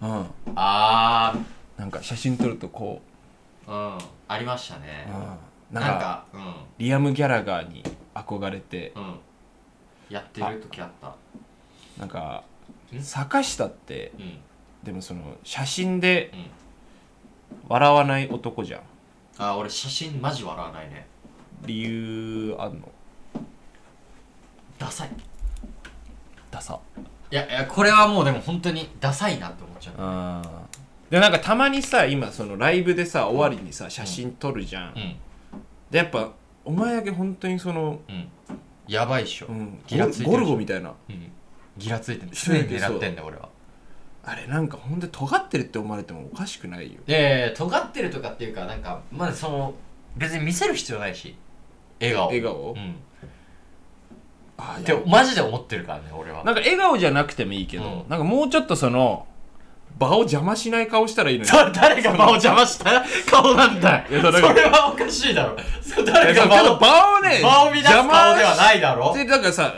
Speaker 3: あ
Speaker 4: なんか写真撮るとこ
Speaker 3: ー、うん、ありました
Speaker 4: う、
Speaker 3: ね
Speaker 4: うん。
Speaker 3: な
Speaker 4: なんんか
Speaker 3: か、う
Speaker 4: リアム・ギャラガーに憧れて
Speaker 3: ん、うん。やってる時あった。
Speaker 4: なんか
Speaker 3: ん
Speaker 4: 坂下って
Speaker 3: うん、
Speaker 4: でもその写真で
Speaker 3: うん。
Speaker 4: 笑わない男じゃん
Speaker 3: あー、俺写真マジ笑わないね。
Speaker 4: 理由あんの
Speaker 3: ダサい。
Speaker 4: ダサ
Speaker 3: いや、いやこれはもうでも本当にダサいなって思っちゃう。
Speaker 4: うんでもなんかたまにさ今そのライブでさ終わりにさ写真撮るじゃん、
Speaker 3: うん、
Speaker 4: でやっぱお前だけ本当にその、
Speaker 3: うん。やばいっしょ。
Speaker 4: うん、
Speaker 3: ギラついてる
Speaker 4: ゴルゴみたいな
Speaker 3: うん。ギラついてる。常に狙ってんだよ、俺は。
Speaker 4: あれなんか本当に尖ってるって思われてもおかしくないよ
Speaker 3: で尖ってるとかっていうかなんかまあその別に見せる必要ないし笑顔
Speaker 4: 笑顔
Speaker 3: うん
Speaker 4: あ
Speaker 3: っ
Speaker 4: い
Speaker 3: て
Speaker 4: や
Speaker 3: マジで思ってるからね俺は
Speaker 4: なんか笑顔じゃなくてもいいけど、
Speaker 3: うん
Speaker 4: なんかもうちょっとその場を邪魔しない顔したらいいのよ
Speaker 3: だ誰が場を邪魔した 顔なんだ
Speaker 4: い
Speaker 3: よ
Speaker 4: や
Speaker 3: そ
Speaker 4: だ
Speaker 3: れ
Speaker 4: から
Speaker 3: はおかしいだろそう誰
Speaker 4: いや
Speaker 3: が
Speaker 4: でもちょ
Speaker 3: 場
Speaker 4: っと
Speaker 3: を
Speaker 4: 場をね
Speaker 3: 場を乱す顔ではないだろ
Speaker 4: でだからさ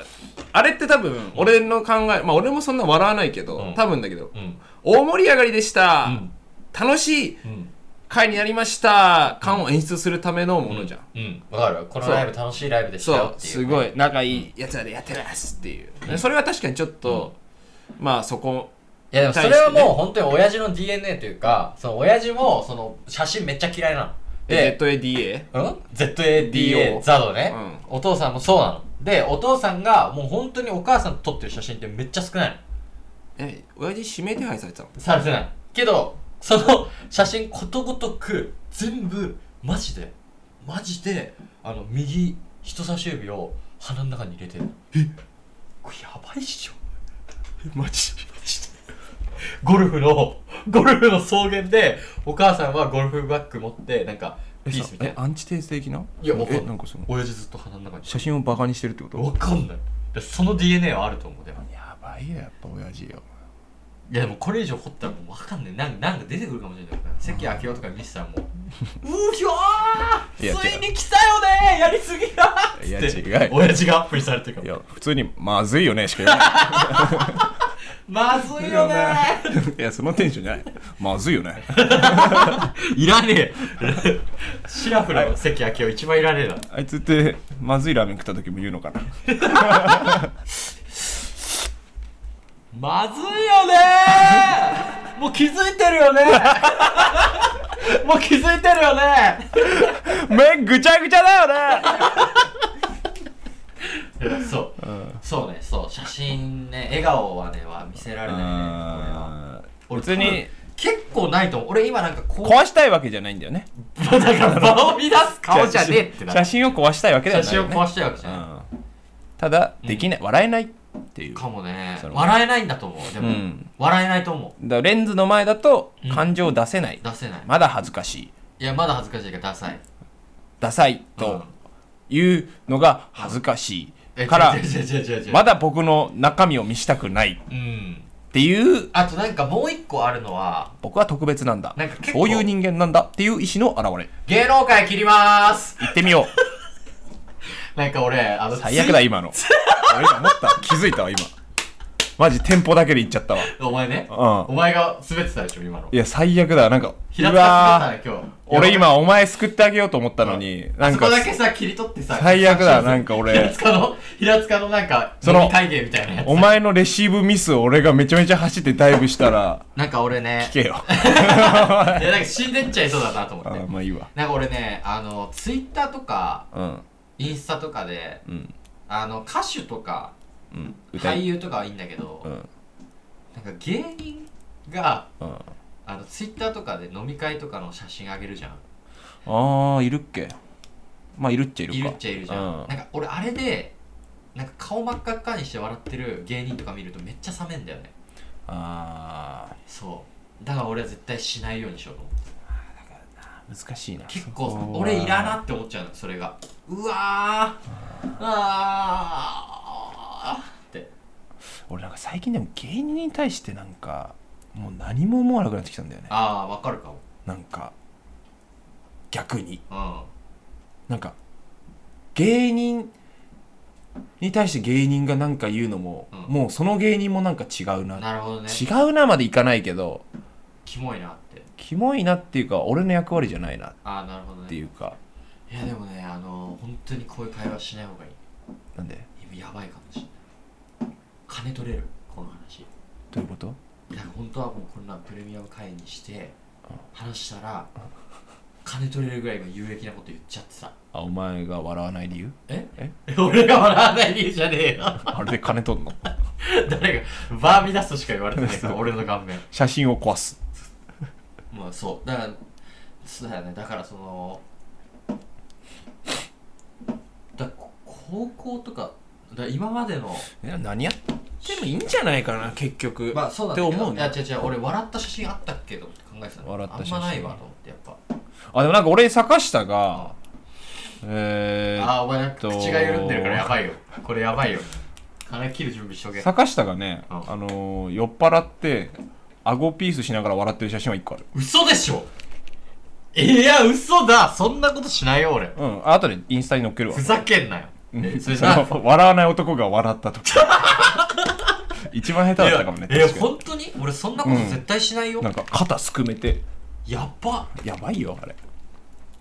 Speaker 4: あれって多分俺の考えまあ俺もそんな笑わないけど、
Speaker 3: うん
Speaker 4: 多分だけど
Speaker 3: うん
Speaker 4: 大盛り上がりでした、
Speaker 3: うん
Speaker 4: 楽しい
Speaker 3: うん
Speaker 4: 回になりました感を演出するためのものじゃん、
Speaker 3: うんわかるこのライブ楽しいライブでし
Speaker 4: そ
Speaker 3: たよっ
Speaker 4: う
Speaker 3: ていう
Speaker 4: すごい仲いいやつらでやってますっていう、でそれは確かにちょっと、まあそこ
Speaker 3: いやでもそれはもう本当に親父の DNA というかその親父もその写真めっちゃ嫌いなので
Speaker 4: ZADA
Speaker 3: うん ?ZADA ザドね、お父さんもそうなのでお父さんがもう本当にお母さんと撮ってる写真ってめっちゃ少ない
Speaker 4: え親父指名手配されてたの
Speaker 3: のされてないけどその写真ことごとく全部マジでマジであの右人差し指を鼻の中に入れてるえこれやばいっしょ
Speaker 4: マジ
Speaker 3: ゴルフのゴルフの草原でお母さんはゴルフバッグ持ってなんか
Speaker 4: え
Speaker 3: ピースみたい
Speaker 4: え
Speaker 3: な
Speaker 4: アンチテーズ的ない
Speaker 3: やわかん
Speaker 4: え
Speaker 3: ない
Speaker 4: なんかその
Speaker 3: 親父ずっと鼻の中に
Speaker 4: 写真をバカにしてるってこと
Speaker 3: わかんないでその DNA はあると思うでも
Speaker 4: やばいよやっぱ親父よ
Speaker 3: いやでもこれ以上掘ったらもうわかんないなんなんか出てくるかもしれないから関明夫とか見せたら もう「うひょ
Speaker 4: いや
Speaker 3: ーついに来たよねーやりすぎだ!」っ
Speaker 4: いや
Speaker 3: つっ
Speaker 4: 違
Speaker 3: て
Speaker 4: う
Speaker 3: 親父がアップにされてるか
Speaker 4: い
Speaker 3: ら
Speaker 4: や普通にまずいよねしか言わな
Speaker 3: 「まずいよね
Speaker 4: いいやそのテンションじゃないまずいよ ね
Speaker 3: ー」いらねえシラフの関明夫一番いらねえな
Speaker 4: あいつってまずいラーメン食った時も言うのか な
Speaker 3: まずい よねーもう気づいてるよねーもう気づいてるよね
Speaker 4: 麺ぐちゃぐちゃだよね
Speaker 3: ー そう、そうねそう写真ね笑顔はねは見せられないねこれは俺
Speaker 4: 別に
Speaker 3: 結構ないと思う俺今なんかこう
Speaker 4: 壊したいわけじゃないんだよね
Speaker 3: だから場を乱す顔じゃねえってな
Speaker 4: 写真を壊したいわけでは
Speaker 3: 写
Speaker 4: ないよ
Speaker 3: 真
Speaker 4: ね
Speaker 3: を壊したいわけじゃない、
Speaker 4: うんただできない笑えないっていう
Speaker 3: かもね
Speaker 4: それは
Speaker 3: 笑えないんだと思うでも、
Speaker 4: うん
Speaker 3: 笑えないと思
Speaker 4: だからレンズの前だと
Speaker 3: うん
Speaker 4: 感情を出せない、
Speaker 3: う出せない、
Speaker 4: まだ恥ずかしい
Speaker 3: いやまだ恥ずかしいからダサい
Speaker 4: ダサい
Speaker 3: うん
Speaker 4: というのが恥ずかし
Speaker 3: え
Speaker 4: いから
Speaker 3: 違う違う違う違う違う
Speaker 4: まだ僕の中身を見したくない
Speaker 3: うん
Speaker 4: っていう
Speaker 3: あとなんかもう一個あるのは
Speaker 4: 僕は特別なんだ
Speaker 3: なんか結構
Speaker 4: そういう人間なんだっていう意思の表れ
Speaker 3: 芸能界切りまーす
Speaker 4: 言って みよ
Speaker 3: なんか俺あの
Speaker 4: う最悪だ
Speaker 3: ツイ
Speaker 4: 今の俺今思った気づいたわ今マジテンポだけでいっちゃった
Speaker 3: お前ね、
Speaker 4: わ。う
Speaker 3: お
Speaker 4: ん。
Speaker 3: 前が滑ってたでしょ、今の
Speaker 4: い。や、最悪だ。なんか、う
Speaker 3: 平塚滑
Speaker 4: わ
Speaker 3: っ
Speaker 4: ー
Speaker 3: たな、今日。
Speaker 4: 俺今、お前救ってあげようと思ったのに、なん
Speaker 3: そこ
Speaker 4: か、
Speaker 3: だけさ、切り取ってさ、
Speaker 4: 最悪だ。なん
Speaker 3: か
Speaker 4: か
Speaker 3: 平
Speaker 4: 俺、
Speaker 3: 塚の、平塚のなんか、
Speaker 4: その
Speaker 3: 飲み会芸みたいなやつ。
Speaker 4: お前のレシーブミスを俺がめちゃめちゃ走ってダイブしたら、
Speaker 3: なんか俺ね、
Speaker 4: 聞け よ。
Speaker 3: いやなんか死んでっちゃいそうだなと思
Speaker 4: あ
Speaker 3: って。
Speaker 4: まあいいわ。
Speaker 3: なんか俺ね、あの、ツイッターとか、
Speaker 4: うん。
Speaker 3: インスタとかで、
Speaker 4: うん。
Speaker 3: あの、歌手とか、
Speaker 4: うん。歌
Speaker 3: 俳
Speaker 4: い。
Speaker 3: 優とかはいいんだけど、
Speaker 4: うん。
Speaker 3: なんか芸人が、
Speaker 4: うん。
Speaker 3: あの、ツイッターとかで飲み会とかの写真あげるじゃん。
Speaker 4: あー、いるっけまあ、いるっちゃいるか。
Speaker 3: いるっちゃいるじゃん。
Speaker 4: うん
Speaker 3: なんか俺、あれで、なんか顔真っ赤っかにして笑ってる芸人とか見るとめっちゃ冷めんだよね。
Speaker 4: あ
Speaker 3: そう。だから俺は絶対しないようにしようと思って。
Speaker 4: ー、難しいな。
Speaker 3: 結
Speaker 4: そ
Speaker 3: 構
Speaker 4: こは
Speaker 3: 俺いらなって思っちゃうのそれがうわーあーって
Speaker 4: 俺なんか最近でも芸人に対してなんかもう何も思わなくなってきたんだよね
Speaker 3: ああわかるかも
Speaker 4: なんか逆に
Speaker 3: う
Speaker 4: なんか芸人に対して芸人が何か言うのも、
Speaker 3: うん
Speaker 4: もうその芸人もなんか違うな、
Speaker 3: んなるほどね
Speaker 4: 違うなまでいかないけど
Speaker 3: キモいなって
Speaker 4: キモいなっていうか俺の役割じゃないなっ
Speaker 3: ああなるほどね
Speaker 4: て
Speaker 3: い
Speaker 4: いうか
Speaker 3: やでもねあの本当にこういう会話しない方がいい
Speaker 4: なんで
Speaker 3: 今やばいかもしれない金取れるこの話
Speaker 4: どういうこと
Speaker 3: なんか本当はもうこんなプレミアム会にして話したら金取れるぐらい今有益なこと言っちゃってさ
Speaker 4: あお前が笑わない理由
Speaker 3: え
Speaker 4: え
Speaker 3: 俺が笑わない理由じゃねえよ
Speaker 4: あれで金取んの
Speaker 3: 誰がバーミダストしか言われてないから俺の顔面
Speaker 4: 写真を壊す
Speaker 3: まあそうだからそうだよねだからそのだこ高校とかだから今までの
Speaker 4: いや何やってもいいんじゃないかな結局
Speaker 3: まあそうだ
Speaker 4: って思う
Speaker 3: い
Speaker 4: ね
Speaker 3: や違う違う俺笑った写真あったっけと思って考えてたの
Speaker 4: 笑った写真
Speaker 3: あんまないわと思ってやっぱ
Speaker 4: あでもなんか俺坂下がえー、
Speaker 3: ああお前口が緩んでるからやばいよこれやばいよ金切る準備しとけ
Speaker 4: 坂下がね、
Speaker 3: うん
Speaker 4: あのー、酔っ払って顎ピースしながら笑ってる写真は1個ある
Speaker 3: 嘘でしょいや嘘だそんなことしないよ俺
Speaker 4: うんあとでインスタに載っけるわ
Speaker 3: ふざけんなよ
Speaker 4: うん
Speaker 3: えそれ
Speaker 4: そ
Speaker 3: な
Speaker 4: の笑わない男が笑った 時一番下手だったかもね
Speaker 3: いやいや
Speaker 4: 確か
Speaker 3: 本当に俺そんなこと絶対しないよ、
Speaker 4: になんか肩すくめて
Speaker 3: やっば
Speaker 4: やばいよあれ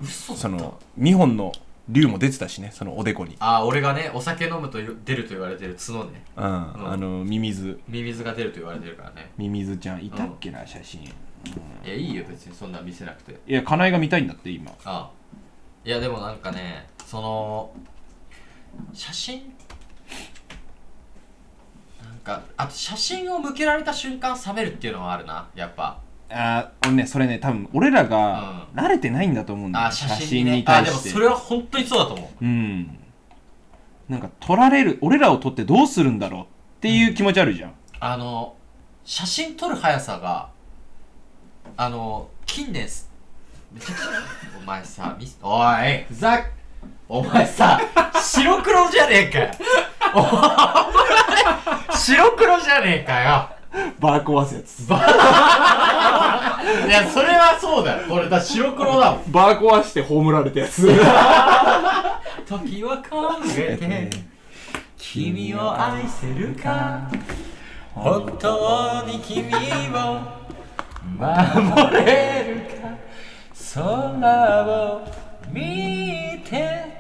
Speaker 3: 嘘だった
Speaker 4: その2本の竜も出てたしねそのおでこに
Speaker 3: ああ俺がねお酒飲むとよ出ると言われてる角ね
Speaker 4: うん、あのミミズ
Speaker 3: ミミズが出ると言われてるからね
Speaker 4: ミミズちゃんいたっけな写真い
Speaker 3: いやいいよ別にそんな見せなくて
Speaker 4: やかなえが見たいんだって今
Speaker 3: ああいやでもなんかねその写真なんかあと写真を向けられた瞬間冷めるっていうのはあるなやっぱ
Speaker 4: あー俺ねそれね多分俺らが
Speaker 3: う
Speaker 4: 慣れてないんだと思うんだよ、
Speaker 3: ああ写真
Speaker 4: 真
Speaker 3: ね
Speaker 4: に対
Speaker 3: ああ
Speaker 4: し
Speaker 3: で
Speaker 4: て
Speaker 3: もそれは本当にそうだと思う
Speaker 4: うんなんか撮られる俺らを撮ってどうするんだろうっていう気持ちあるじゃん、
Speaker 3: あの写真撮る速さがあの近年すめちゃくちゃお前さミスおいふざけお前さ白黒じゃねえかよお前白黒じゃねえかよ
Speaker 5: バー壊すやつ
Speaker 3: いやそれはそうだよこれだ白黒だもん
Speaker 5: バー壊して葬られたやつ
Speaker 3: 時は変えて君を愛せるか本当に君を守れるか空を見て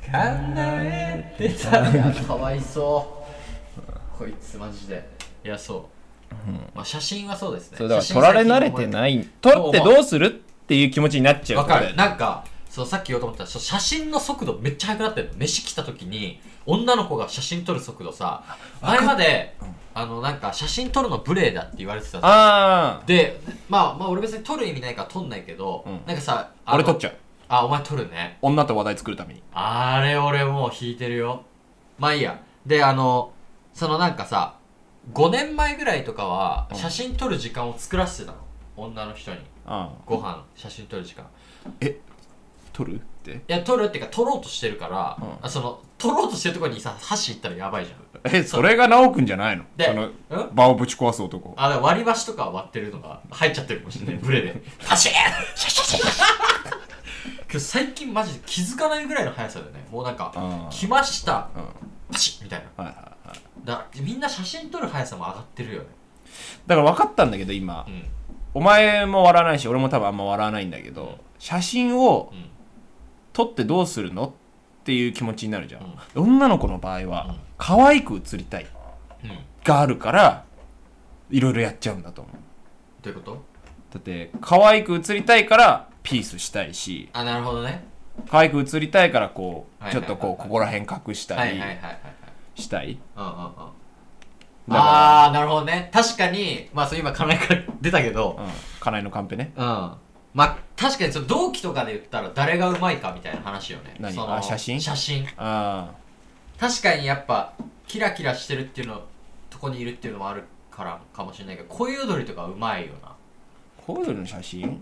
Speaker 3: 考えてた かわいそうこいつマジでいやそう、まあ、写真はそうです ね
Speaker 4: そうだから撮られ慣れて
Speaker 3: い
Speaker 4: ない撮ってどうするっていう気持ちになっちゃう
Speaker 3: わかる
Speaker 4: こ
Speaker 3: なんかそうさっき言おうと思ったらそう写真の速度めっちゃ速くなってるの飯来た時に女の子が写真撮る速度さ前まで、あのなんか写真撮るの無礼だって言われてた
Speaker 4: とであ
Speaker 3: でまあまあ俺別に撮る意味ないから撮んないけど、
Speaker 4: うん
Speaker 3: なんかさ
Speaker 4: あ俺撮っちゃ
Speaker 3: う
Speaker 4: う
Speaker 3: あお前撮るね
Speaker 4: 女と話題作るために
Speaker 3: あれ俺もう引いてるよまあいいやであのそのなんかさ5年前ぐらいとかは写真撮る時間を作らせてたの女の人に
Speaker 4: ああ
Speaker 3: ご飯写真撮る時間
Speaker 4: 撮る って
Speaker 3: いや、取るっていうか、取ろうとしてるから、
Speaker 4: うん
Speaker 3: あその、取ろうとしてるところにさ、箸行ったらやばいじゃん。
Speaker 4: え それが直くんじゃないの
Speaker 3: で
Speaker 4: その
Speaker 3: うん
Speaker 4: 場をぶち壊す男
Speaker 3: あ、だから割り箸とか割ってるのが入っちゃってるかもしれない、ブレで。パシーンシャシャシャシャシャけど最近マジで気づかないぐらいの速さだよね。もうなんか
Speaker 4: あ、ー
Speaker 3: 来ました
Speaker 4: うん
Speaker 3: パシッみたいな。
Speaker 4: はいはいはい
Speaker 3: だみんな写真撮る速さも上がってるよね
Speaker 4: だから分かったんだけど今、
Speaker 3: うん
Speaker 4: お前も笑わないし俺も多分あんま笑わないんだけど、写真を
Speaker 3: うん
Speaker 4: 撮ってどうするのっていう気持ちになるじゃん、女の子の場合は、
Speaker 3: うん
Speaker 4: 可愛く写りたい
Speaker 3: うん
Speaker 4: があるからいろいろやっちゃうんだと思う
Speaker 3: どういうこと
Speaker 4: だって可愛く写りたいからピースしたいし
Speaker 3: あなるほどね
Speaker 4: 可愛く写りたいからこう、
Speaker 3: はいはいはい
Speaker 4: ちょっとこうここら辺隠し
Speaker 3: は
Speaker 4: た
Speaker 3: いはい
Speaker 4: り
Speaker 3: はいはいはい
Speaker 4: したい、
Speaker 3: うんうんうん
Speaker 4: だか
Speaker 3: ああーなるほどね確かにまあそう今金井から出たけど
Speaker 4: ら、うん、金井のカンペね
Speaker 3: うんまあ確かにその同期とかで言ったら誰がうまいかみたいな話よね
Speaker 4: 何
Speaker 3: その
Speaker 4: あ写真
Speaker 3: 写真
Speaker 4: あ
Speaker 3: 確かにやっぱキラキラしてるっていうのとこにいるっていうのもあるからかもしれないけど恋踊りとかうまいよな
Speaker 4: あこういうの写真
Speaker 3: うん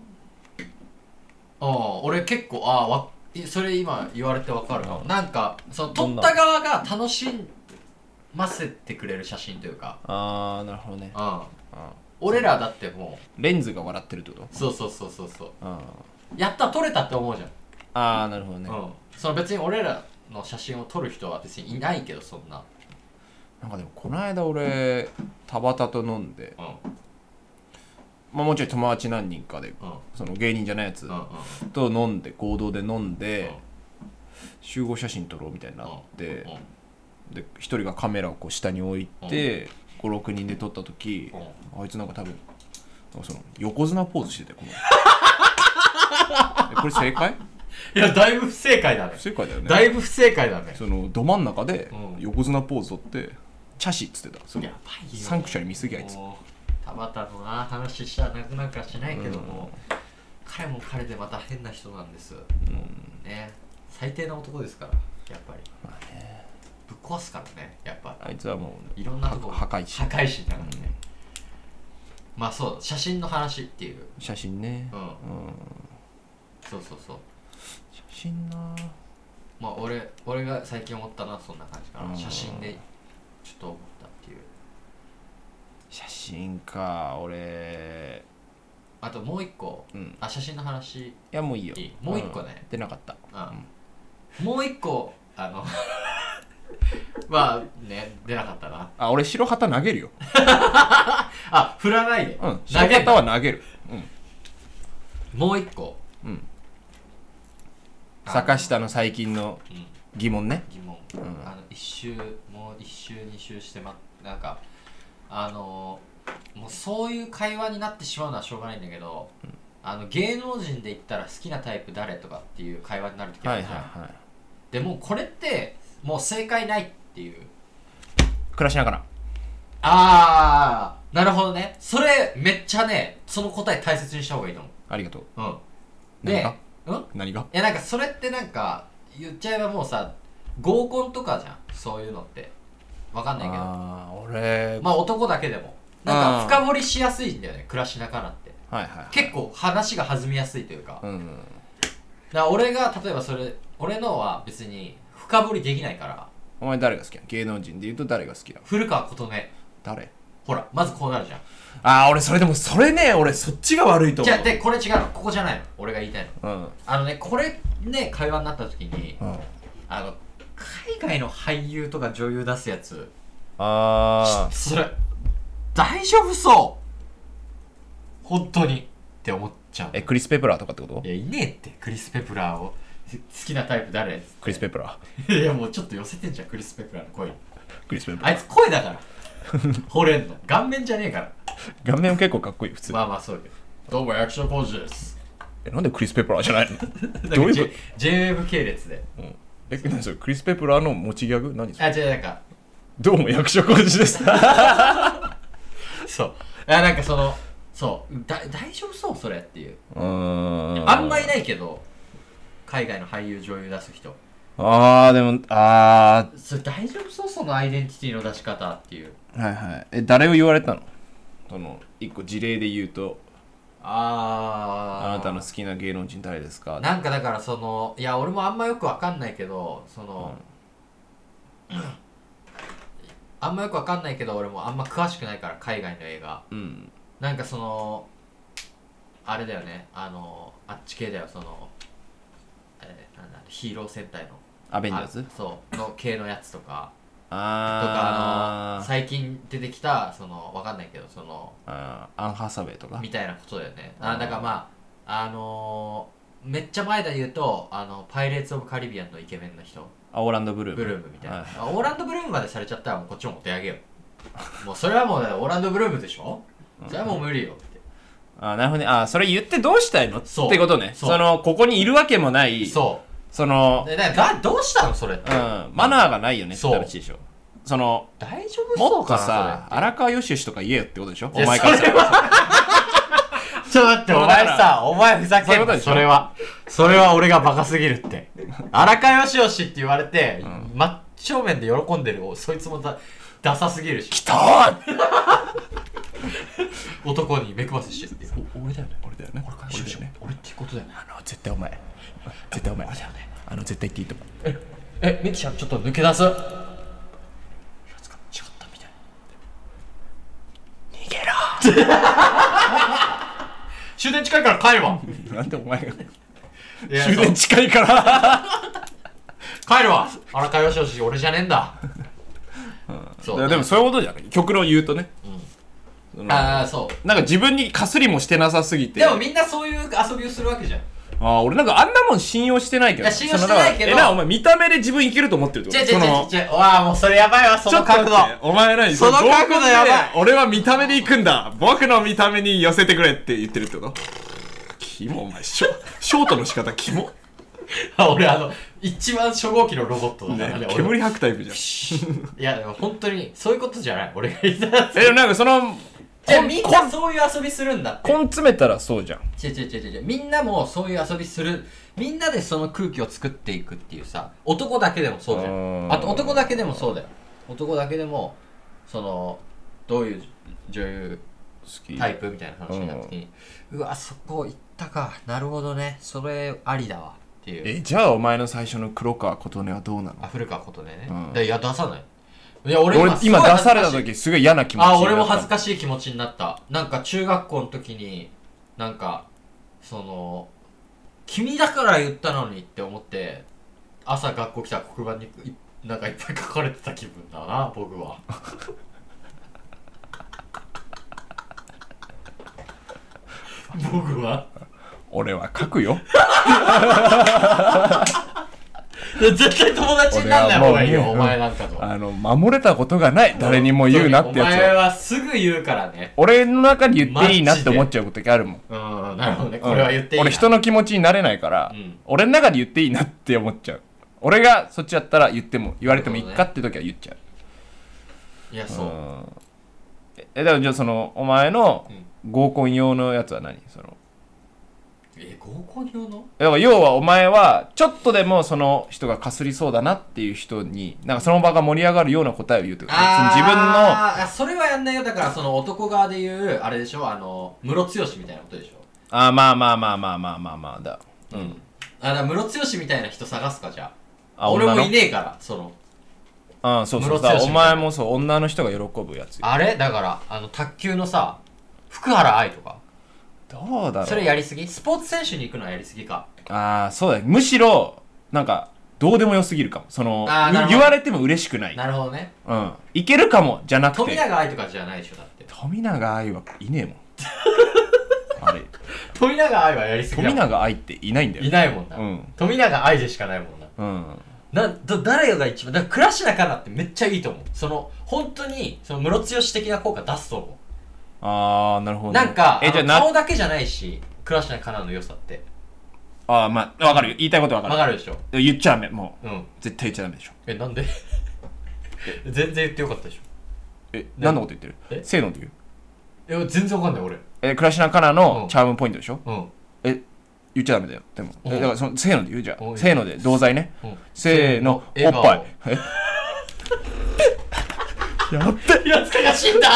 Speaker 3: 俺結構ああわいそれ今言われてわかるかもなんかその撮った側が楽しませてくれる写真というか
Speaker 4: ああなるほどね
Speaker 3: うん俺らだっても
Speaker 4: レンズが笑ってるってこと
Speaker 3: うそうそうそうそうそう
Speaker 4: あ
Speaker 3: やった撮れたって思うじゃん、
Speaker 4: あーなるほどね、
Speaker 3: うんその別に俺らの写真を撮る人は別にいないけどそんな
Speaker 4: なんかでもこの間俺田畑と飲んで、
Speaker 3: うん
Speaker 4: まあ、もちろん友達何人かで
Speaker 3: うんうん
Speaker 4: その芸人じゃないやつ
Speaker 3: うん
Speaker 4: と飲んで合同で飲んで集合写真撮ろうみたいになって、で一人がカメラをこう下に置いて、56人で撮った時、あいつなんか多分なんかその横綱ポーズしてたよこ のえこれ正解
Speaker 3: いやだいぶ不正解だね
Speaker 4: 不正解だよね
Speaker 3: だいぶ不正解だね
Speaker 4: そのど真ん中で
Speaker 3: うん
Speaker 4: 横綱ポーズ撮って茶師っつってたその
Speaker 3: やばいよ
Speaker 4: サンクシャリ見すぎあいつ
Speaker 3: もう田畑のな話したらなくなんかしないけども、彼も彼でまた変な人なんです、ね最低な男ですからやっぱり、ぶっ壊すからねやっぱ
Speaker 4: あいつはもう
Speaker 3: いろんなとこ
Speaker 4: は破壊
Speaker 3: 破
Speaker 4: し
Speaker 3: 壊神だからね、まあそう写真の話っていう
Speaker 4: 写真ね
Speaker 3: うん
Speaker 4: うん
Speaker 3: そうそうそう
Speaker 4: 写真な
Speaker 3: まあ俺俺が最近思ったのはそんな感じか
Speaker 4: う
Speaker 3: なん写真でちょっと思ったっていう
Speaker 4: 写真か俺
Speaker 3: あともう一個、
Speaker 4: うん
Speaker 3: あ写真の話
Speaker 4: いやもういいよ
Speaker 3: いいもう一個ね
Speaker 4: ん出なかった
Speaker 3: うんもう一個あの まあね出なかったな
Speaker 4: あ俺白旗投げるよ
Speaker 3: あ振らないで、
Speaker 4: うん
Speaker 3: 投
Speaker 4: 白
Speaker 3: げん
Speaker 4: 旗
Speaker 3: な
Speaker 4: は投げるうん
Speaker 3: もう一個
Speaker 4: うん
Speaker 3: あ
Speaker 4: 坂下の最近の
Speaker 3: うん
Speaker 4: 疑問ね
Speaker 3: 疑問、
Speaker 4: ん
Speaker 3: あの一周もう一周二周してまなんかあのもうそういう会話になってしまうのはしょうがないんだけど、あの芸能人で言ったら好きなタイプ誰とかっていう会話になる時あ
Speaker 4: はい
Speaker 3: る
Speaker 4: は
Speaker 3: じゃん、
Speaker 4: いはい
Speaker 3: でもうこれってもう正解ないっていう
Speaker 4: 暮らしながら
Speaker 3: あーなるほどねそれめっちゃねその答え大切にした方がいいと思
Speaker 4: ありがとう
Speaker 3: ううん
Speaker 4: 何
Speaker 3: で
Speaker 4: が
Speaker 3: うんい
Speaker 4: 何が
Speaker 3: やなんかそれってなんか言っちゃえばもうさ合コンとかじゃんそういうのってわかんないけど
Speaker 4: ああ俺
Speaker 3: まあ男だけでもなんか深掘りしやすいんだよね暮らしながらって
Speaker 4: はいはいはい
Speaker 3: 結構話が弾みやすいというかだか
Speaker 4: うん
Speaker 3: ら俺が例えばそれ俺のは別に深掘りできないから
Speaker 4: お前誰が好きなの芸能人で言うと誰が好きなの
Speaker 3: 古川琴音
Speaker 4: 誰
Speaker 3: ほらまずこうなるじゃん
Speaker 4: ああ俺それでもそれね俺そっちが悪いと
Speaker 3: じ
Speaker 4: 思
Speaker 3: ゃ
Speaker 4: う
Speaker 3: あでこれ違うのここじゃないの俺が言いたいの
Speaker 4: うん
Speaker 3: あのねこれね会話になった時に
Speaker 4: うん
Speaker 3: あの海外の俳優とか女優出すやつ
Speaker 4: あー
Speaker 3: それ大丈夫そう本当にって思っちゃう
Speaker 4: えクリス・ペプラーとかってこと
Speaker 3: いやいねえってクリス・ペプラーを 好きなタイプ誰
Speaker 4: クリス・ペプラ
Speaker 3: いやもうちょっと寄せてんじゃんクリス・ペプラーの声
Speaker 4: ークリス・ペプラー
Speaker 3: あいつ声だから 惚れんの顔面じゃねえから
Speaker 4: 顔面は結構かっこいい普通、
Speaker 3: まあまあそうけどどうも役所工事です
Speaker 4: えなんでクリス・ペプラーじゃないの
Speaker 3: ど
Speaker 4: ど
Speaker 3: う
Speaker 4: う
Speaker 3: い
Speaker 4: いうう
Speaker 3: こ
Speaker 4: こと
Speaker 3: ?JWave 系列で
Speaker 4: え何それクリス・ペプラーの持ちギャグ何それ
Speaker 3: あ違うなん か
Speaker 4: どうも役所工事です
Speaker 3: そうあなんかそのそうだ大丈夫そうそれっていう
Speaker 4: うん
Speaker 3: あんまいないけど海外の俳優女優出す人
Speaker 4: あーでもあ
Speaker 3: それ大丈夫そうそのアイデンティティの出し方っていう
Speaker 4: ーはいはいえ誰を言われたのその一個事例で言うと
Speaker 3: あ
Speaker 4: あなたの好きな芸能人誰ですか
Speaker 3: なんかだからそのいや俺もあんまよくわかんないけどその、あんまよくわかんないけど俺もあんま詳しくないから海外の映画
Speaker 4: うん
Speaker 3: なんかそのあれだよねあのあっち系だよその、えーなんだヒーロー戦隊の
Speaker 4: アベンジャーズ
Speaker 3: あそうの系のやつとかとかあ
Speaker 4: あ
Speaker 3: の
Speaker 4: ー
Speaker 3: 最近出てきたそのわかんないけどその
Speaker 4: あーアンハサウェイとか
Speaker 3: みたいなことだよねあだからまああのーめっちゃ前で言うとあのパイレーツ・オブ・カリビアンのイケメンの人
Speaker 4: あオーランドブルーム
Speaker 3: ブルームみたいな、
Speaker 4: はい
Speaker 3: あオーランド・ブルームまでされちゃったらもうこっちもお手上げよ もうそれはもうねオーランド・ブルームでしょそれはもう無理よって
Speaker 4: あーなるほどねあーそれ言ってどうしたいのっ
Speaker 3: そう
Speaker 4: てことね
Speaker 3: そ
Speaker 4: そうのここにいるわけもないそ
Speaker 3: そ
Speaker 4: の
Speaker 3: うでだだどうしたのそれっ
Speaker 4: う
Speaker 3: て、
Speaker 4: んマナーがないよねって
Speaker 3: そう
Speaker 4: 話でしょその
Speaker 3: 大丈夫そ
Speaker 4: も
Speaker 3: う
Speaker 4: っ
Speaker 3: か
Speaker 4: と
Speaker 3: な
Speaker 4: さ
Speaker 3: それって
Speaker 4: 荒川よしよしとか言えよってことでしょ
Speaker 3: いや
Speaker 4: お前から
Speaker 3: それはちょっと待って、お前
Speaker 4: だか
Speaker 3: さ、お前ふざけ
Speaker 4: そういうんこと
Speaker 3: な
Speaker 4: でしょ
Speaker 3: それは。それは俺がバカすぎるって。荒川よしよしって言われて、真正面で喜んでる、そいつもだダサすぎるし、
Speaker 4: さ
Speaker 3: 男に目くばせしてるっていう。
Speaker 4: 俺だよね俺だよね俺だよね
Speaker 3: 俺ってことだよね。
Speaker 4: あの絶対お前絶対お前あの絶対言っていいと思う
Speaker 3: え、ミキちゃんちょっと抜け出す。 終電近いから帰 るわ。
Speaker 4: なんでお前が
Speaker 3: いや
Speaker 4: 終電近いから
Speaker 3: そう帰るわ。荒川よしよし、俺じゃねえん だ。そ
Speaker 4: いうやでもそういうことじゃない極論言うとねその
Speaker 3: ああ、そう。
Speaker 4: なんか自分にかすりもしてなさすぎて
Speaker 3: でもみんなそういう遊びをするわけじゃん。
Speaker 4: あー俺なんかあんなもん信用してないけど
Speaker 3: いや信用してないけど
Speaker 4: そのだからえなお前見た目で自分いけると思ってるって
Speaker 3: ち
Speaker 4: こ
Speaker 3: ょ
Speaker 4: と
Speaker 3: ちょちょちょ、わあ、もうそれやばいわ、そ
Speaker 4: ちょ
Speaker 3: の
Speaker 4: っと待
Speaker 3: 角度。
Speaker 4: ってお前何
Speaker 3: その角度
Speaker 4: 合コンで
Speaker 3: やばい
Speaker 4: 俺は見た目で行くんだ僕の見た目に寄せてくれって言ってるってことキモお前ショ ショートの仕方キモ
Speaker 3: 俺あの一番初号機のロボットだからね
Speaker 4: ね
Speaker 3: 俺
Speaker 4: 煙吐くタイプじゃん
Speaker 3: いやでも本当にそういうことじゃない俺が言ったやつ
Speaker 4: えでもなんかその
Speaker 3: じゃあみんなそういう遊びするんだって
Speaker 4: 根詰めたらそうじゃん
Speaker 3: 違う違う違う違うみんなもそういう遊びするみんなでその空気を作っていくっていうさ男だけでもそうじゃ
Speaker 4: うんん
Speaker 3: あと男だけでもそうだよ男だけでもそのどういう女優
Speaker 4: 好き
Speaker 3: タイプみたいな話になった時にうわそこ行ったかなるほどねそれありだわっていう
Speaker 4: えじゃあお前の最初の黒川琴音はどうなの
Speaker 3: あ古川ことね、
Speaker 4: うん
Speaker 3: でいや出さないいや俺
Speaker 4: 俺
Speaker 3: すごい
Speaker 4: 今
Speaker 3: 恥ずか
Speaker 4: 出され
Speaker 3: しい
Speaker 4: た時すごい嫌な気持ちにな
Speaker 3: あ
Speaker 4: った
Speaker 3: 俺も恥ずかしい気持ちになったなんか中学校の時になんかその君だから言ったのにって思って朝学校来たら黒板にいなんかいっぱい書かれてた気分だな 僕は僕は
Speaker 4: 俺は書くよ
Speaker 3: 絶対友達になんない方がいいよお前なんかと
Speaker 4: あの守れたことがない誰にも言うなってや
Speaker 3: お
Speaker 4: つ
Speaker 3: 前
Speaker 4: を
Speaker 3: はすぐ言うからね
Speaker 4: 俺の中で言っていいなって思っちゃう時あるもん
Speaker 3: うんなるほどねこれは言っていいな
Speaker 4: 俺人の気持ちになれないから、
Speaker 3: うん
Speaker 4: 俺の中で言っていいなって思っちゃう俺がそっちやったら言っても言われてもいい
Speaker 3: なる
Speaker 4: かって時は言っちゃう
Speaker 3: いやそう、
Speaker 4: ええだからじゃあそのお前の
Speaker 3: う
Speaker 4: 合コン用のやつは何その
Speaker 3: え合コン用の
Speaker 4: だから要はお前はちょっとでもその人がかすりそうだなっていう人になんかその場が盛り上がるような答えを言うってこと別に自分の
Speaker 3: あーそれはやんないよだからその男側で言うあれでしょあのムロツヨシみたいなことでしょ
Speaker 4: あーまあまあまあまあまあまあまあだうん
Speaker 3: あだからムロツヨシみたいな人探すかじゃあ
Speaker 4: あ
Speaker 3: 俺も
Speaker 4: 女の
Speaker 3: いねえからその
Speaker 4: うんそうそう
Speaker 3: ムロツヨシみたい
Speaker 4: さ
Speaker 3: な
Speaker 4: お前もそう女の人が喜ぶやつ
Speaker 3: あれだからあの卓球のさ福原愛とか
Speaker 4: どうだろう
Speaker 3: それやりすぎスポーツ選手に行くのはやりすぎか
Speaker 4: ああそうだねむしろなんかどうでもよすぎるかもその
Speaker 3: あーなるほ
Speaker 4: 言
Speaker 3: ど
Speaker 4: われても嬉しくない
Speaker 3: なるほどね
Speaker 4: うんいけるかもじゃなく
Speaker 3: 富
Speaker 4: て
Speaker 3: 永愛とかじゃないでしょだって
Speaker 4: 富永愛はいねえもん あれ
Speaker 3: 富永愛はやりすぎだ
Speaker 4: 富
Speaker 3: もん
Speaker 4: 永愛っていないんだよ
Speaker 3: いないもんな、
Speaker 4: うん
Speaker 3: 富永愛でしかないもんな
Speaker 4: うん
Speaker 3: など誰が一番だから倉科かなってめっちゃいいと思うその本当にそのムロツヨシ的な効果出すと思う
Speaker 4: ああなるほどね
Speaker 3: なんか、
Speaker 4: えじゃ
Speaker 3: あ
Speaker 4: あ
Speaker 3: の
Speaker 4: な
Speaker 3: 顔だけじゃないし、倉科カナの良さって。
Speaker 4: あーまあわかるよ言いたいことわか
Speaker 3: わ
Speaker 4: る
Speaker 3: かるでしょ
Speaker 4: 言っちゃダメもう
Speaker 3: うん。
Speaker 4: 絶対言っちゃダメでしょ
Speaker 3: え、な んで全然言ってよかったでしょ
Speaker 4: え何のこと言ってる
Speaker 3: え
Speaker 4: せーので言う
Speaker 3: え、全然わかんない、俺。
Speaker 4: え倉科カナ
Speaker 3: うん
Speaker 4: のチャームポイントでしょ
Speaker 3: うん。
Speaker 4: え言っちゃダメだよでもえ
Speaker 3: うん
Speaker 4: だからそのせーので言うじゃ
Speaker 3: うん
Speaker 4: んせーので同罪ね
Speaker 3: うん
Speaker 4: せーのお
Speaker 3: せー
Speaker 4: っ
Speaker 3: の
Speaker 4: ぱいえ
Speaker 3: やつかが死んだ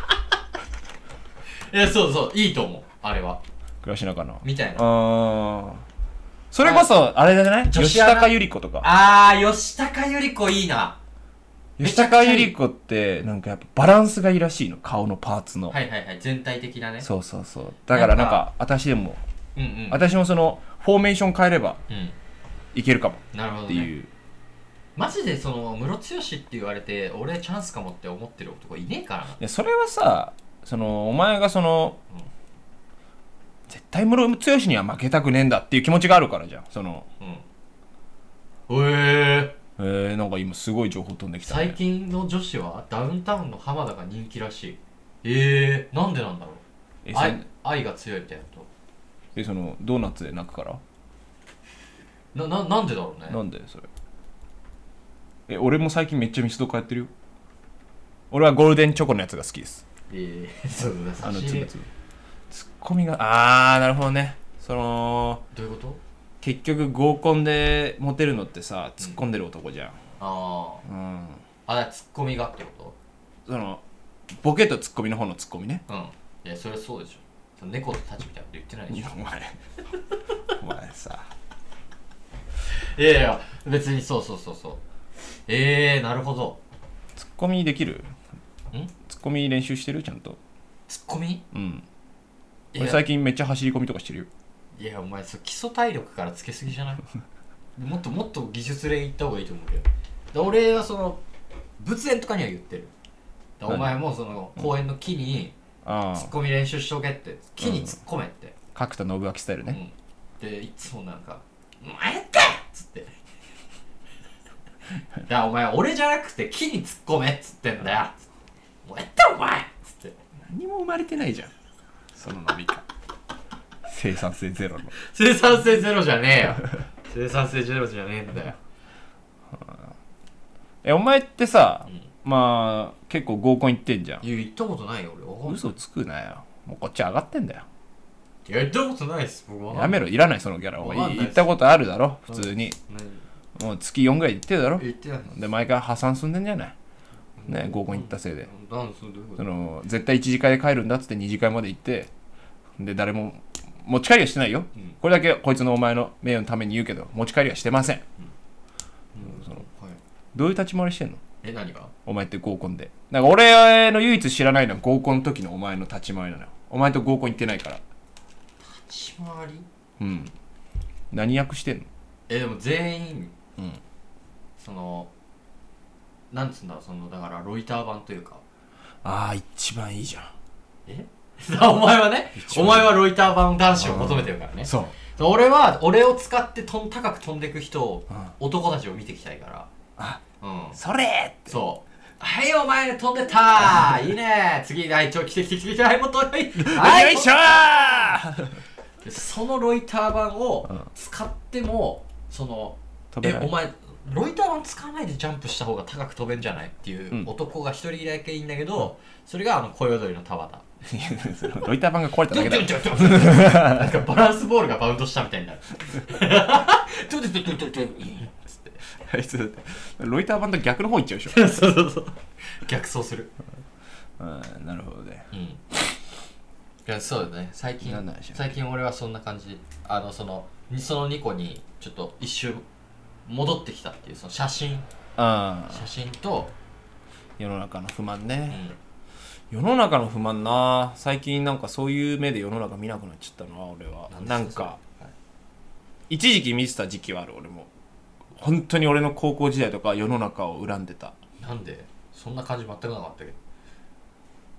Speaker 3: いや、そうそう、いいと思う、あれは。
Speaker 4: 倉科かな
Speaker 3: みたいな。
Speaker 4: あーそれこそあれじゃない
Speaker 3: 女
Speaker 4: 吉
Speaker 3: 子アナ
Speaker 4: 高由里子とか
Speaker 3: あー、吉高由里子いいな。め
Speaker 4: 吉
Speaker 3: ちゃくちゃ
Speaker 4: 高
Speaker 3: いい
Speaker 4: 由里子ってなんかやっぱバランスがいいらしいの顔のパーツの、
Speaker 3: はいはいはい、全体的なね。
Speaker 4: そうそうそうだからな
Speaker 3: な
Speaker 4: んん
Speaker 3: か
Speaker 4: か私でも
Speaker 3: うんうん。
Speaker 4: 私もそのフォーメーション変えれば
Speaker 3: うん。
Speaker 4: いけるかも
Speaker 3: なるほ
Speaker 4: っ
Speaker 3: ど
Speaker 4: て
Speaker 3: ね。
Speaker 4: いう
Speaker 3: マジでそのムロツヨシって言われて俺チャンスかもって思ってる男いねえからな
Speaker 4: でそれはさそのお前がその、
Speaker 3: うん
Speaker 4: 絶対ムロツヨシには負けたくねえんだっていう気持ちがあるからじゃんその
Speaker 3: うんええ
Speaker 4: えー、なんか今すごい情報飛んできた、ね、
Speaker 3: 最近の女子はダウンタウンの浜田が人気らしいええなんでなんだろう
Speaker 4: えそ
Speaker 3: 愛愛が強いみたいなこ
Speaker 4: えそのドーナツで泣くから
Speaker 3: となななんでだろうね
Speaker 4: なんでそれえ俺も最近めっちゃミスド通ってるよ俺はゴールデンチョコのやつが好きです
Speaker 3: ええそうだ
Speaker 4: あの
Speaker 3: 差し
Speaker 4: つぶ
Speaker 3: 入れ
Speaker 4: つぶツッコミがあーなるほどねその
Speaker 3: どういうこと
Speaker 4: 結局合コンでモテるのってさ突っ込んでる男じゃん
Speaker 3: あ
Speaker 4: うん
Speaker 3: ああだからツッコミがってこ
Speaker 4: そのボケとツッコミの方のツッコミね
Speaker 3: とうんいやそれはそうでしょその猫とタチみたいなこと言ってない
Speaker 4: い
Speaker 3: でし
Speaker 4: や
Speaker 3: ょ
Speaker 4: お前 お前さ
Speaker 3: いやいや別にそうそうそうそうええなるほど
Speaker 4: ツッコミできる
Speaker 3: ん
Speaker 4: ツッコミ練習してるちゃんと
Speaker 3: ツッコミ
Speaker 4: うん
Speaker 3: いや
Speaker 4: 俺最近めっちゃ走り込みとかしてるよ
Speaker 3: いやお前それ基礎体力からつけすぎじゃない もっともっと技術練行った方がいいと思うけどで俺はその仏縁とかには言ってるで
Speaker 4: 何
Speaker 3: お前もその公園の木に
Speaker 4: あ
Speaker 3: ツッ
Speaker 4: あ
Speaker 3: コミ練習しとけって木に突っ込めって、
Speaker 4: 角田信明スタイル
Speaker 3: うん
Speaker 4: ね、
Speaker 3: でいつもなんか「お前やった!」っつ って「いやお前俺じゃなくて木に突っ込め」っつってんだよ「もうやったお前!」っつって
Speaker 4: 何も生まれてないじゃんその飲み会生産性ゼロの
Speaker 3: 生産性ゼロじゃねえよ生産性ゼロじゃねえんだよ
Speaker 4: えお前ってさ、
Speaker 3: うん
Speaker 4: まあ結構合コン行ってんじゃん
Speaker 3: いや言ったことないよ俺わかんない
Speaker 4: 嘘つくなよもうこっち上がってんだよ
Speaker 3: いや、行ったことないです、僕は。
Speaker 4: やめろいらないそのギャラお
Speaker 3: わか
Speaker 4: 前
Speaker 3: んない
Speaker 4: 行ったことあるだろ普通に
Speaker 3: 何
Speaker 4: もう月4ぐらい行ってるだろ
Speaker 3: 言ってない
Speaker 4: で毎回破産すんでんじゃないね合コン行ったせいで
Speaker 3: なんそうどういう
Speaker 4: そ
Speaker 3: こと
Speaker 4: の絶対1次会で帰るんだっつって2次会まで行ってで誰も持ち帰りはしてないよ、
Speaker 3: うん
Speaker 4: これだけこいつのお前の名誉のために言うけど持ち帰りはしてません
Speaker 3: うん
Speaker 4: その
Speaker 3: はい
Speaker 4: どういう立ち回りしてんの
Speaker 3: え、何が
Speaker 4: お前って合コンでなんか俺の唯一知らないのは合コンの時のお前の立ち回りなのよお前と合コン行ってないから
Speaker 3: 立ち回り
Speaker 4: うん何役してんの
Speaker 3: え、でも全員、
Speaker 4: うん
Speaker 3: その、なんつうんだろう、その、だから、ロイター版という か。
Speaker 4: ああ一番いいじゃ
Speaker 3: お前はね、
Speaker 4: 応
Speaker 3: お前はロイター版男子を求めてるからね
Speaker 4: ん。そう
Speaker 3: 俺は、俺を使ってとん高く飛んでく人を
Speaker 4: うん、
Speaker 3: 男たちを見ていきたいから。
Speaker 4: あ、
Speaker 3: うん。
Speaker 4: それ
Speaker 3: そう。はい、お前飛んでたいいね次、はい、ちょ、来て来て来て来て、はい、もっと、はい、は
Speaker 4: よいし ょー
Speaker 3: でそのロイター版を使っても、その
Speaker 4: 飛べ
Speaker 3: え
Speaker 4: な
Speaker 3: お
Speaker 4: い
Speaker 3: 前ロイター版使わないでジャンプした方が高く飛べんじゃないっていううん男が一人だけいいんだけど、それがあの小踊りの田畑
Speaker 4: そのロイター版が壊れた
Speaker 3: ド
Speaker 4: だ
Speaker 3: ゥ
Speaker 4: け
Speaker 3: ンド
Speaker 4: だ
Speaker 3: ゥ
Speaker 4: ろ
Speaker 3: ンドゥンドゥンドゥンなんかバランスボールがバウンドしたみたいになるドゥンドゥンドゥンドゥンドゥンドゥンつって
Speaker 4: あいつだって ロイター版と逆の方行っちゃうでしょ
Speaker 3: そうそうそう逆走する
Speaker 4: うんなるほどね
Speaker 3: うんいやそうだね最近
Speaker 4: なんなんでしょう
Speaker 3: 最近俺はそんな感じあのそのにその2個にちょっと一瞬戻ってきたっていうその写真
Speaker 4: ああ
Speaker 3: 写真と、
Speaker 4: 世の中の不満
Speaker 3: う
Speaker 4: ね
Speaker 3: ん、
Speaker 4: 世の中の不満な最近なんかそういう目で世の中見なくなっちゃったな俺はなんか一時期見てた時期はある俺も本当に俺の高校時代とか世の中を恨んでた
Speaker 3: なんでそんな感じ全くなかったけ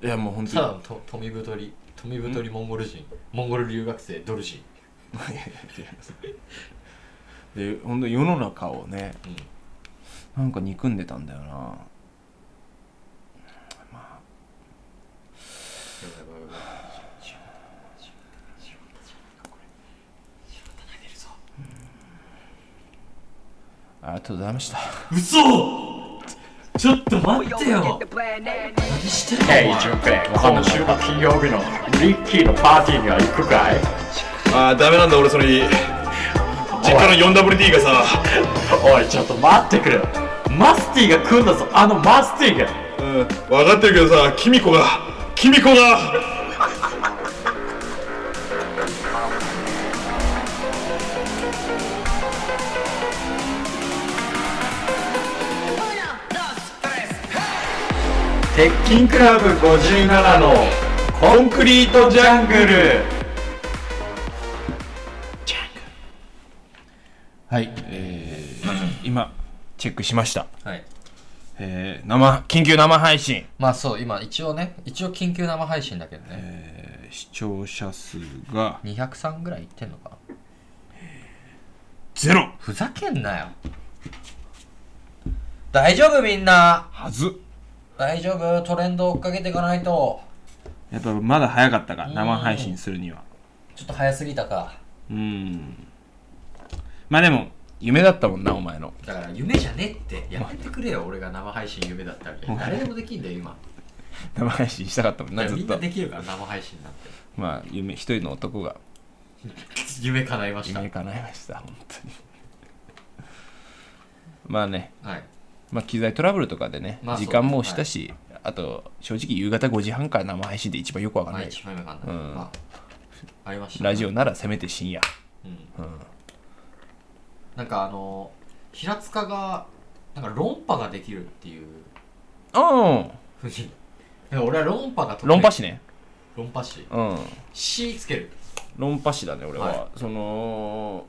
Speaker 3: ど
Speaker 4: いやもう本
Speaker 3: ただ
Speaker 4: 当
Speaker 3: のと富太り富太りモンゴル人モンゴル留学生ドルジ
Speaker 4: にで本当に世の中をね
Speaker 3: うん
Speaker 4: なんか憎んでたんだよなありがとうございました
Speaker 3: 嘘ちょっと待ってよ何してんの
Speaker 5: ヘイ、ジュンペイ、今週の金曜日のリッキーのパーティーには行くかい
Speaker 2: ああダメなんだ俺それ実家の 4WD がさ
Speaker 5: おい、ちょっと待ってくれよマスティが来んだぞ、あのマスティが
Speaker 2: うん分かってるけどさキミコがキミコが
Speaker 5: 鉄筋クラブ57のコンクリートジャングル
Speaker 4: はい、えー、今チェックしました。
Speaker 3: はい
Speaker 4: えー、生、緊急生配信。
Speaker 3: まあそう今一応ね一応緊急生配信だけどね、
Speaker 4: えー視聴者数が
Speaker 3: 203ぐらいいってんのかな
Speaker 4: ゼロ
Speaker 3: ふざけんなよ大丈夫みんな
Speaker 4: はず。
Speaker 3: 大丈夫トレンド追っかけていかないと
Speaker 4: やっぱまだ早かったか、生配信するには。
Speaker 3: ちょっと早すぎたか
Speaker 4: うん。まあでも、夢だったもんな、お前の。
Speaker 3: だから夢じゃねえってやめてくれよ俺が生配信夢だったわけ誰でもできんだよ今
Speaker 4: 生配信したかったもん
Speaker 3: い
Speaker 4: な、
Speaker 3: や
Speaker 4: ず
Speaker 3: み
Speaker 4: っ
Speaker 3: んな
Speaker 4: と。
Speaker 3: できるから生配信なんて
Speaker 4: まあ、夢、一人の男が
Speaker 3: 夢叶いました
Speaker 4: 夢叶いました、本当に。 まあね、
Speaker 3: はい
Speaker 4: まあ、機材トラブルとかでね、
Speaker 3: まあそう
Speaker 4: 時間もしたし、あと、正直夕方5時半から生配信で一番よくわかん
Speaker 3: まあ
Speaker 4: ない。
Speaker 3: 一番夢かな、
Speaker 4: うん
Speaker 3: まあ、ありましたね
Speaker 4: ラジオならせめて深夜。
Speaker 3: うんなんかあの平塚がなんか論破ができるっていう
Speaker 4: うん。
Speaker 3: ふうに なんか俺は論破が得意
Speaker 4: 論破師ね。
Speaker 3: 論破し
Speaker 4: うん。
Speaker 3: しつける
Speaker 4: 論破師だね、俺は。
Speaker 3: は
Speaker 4: その、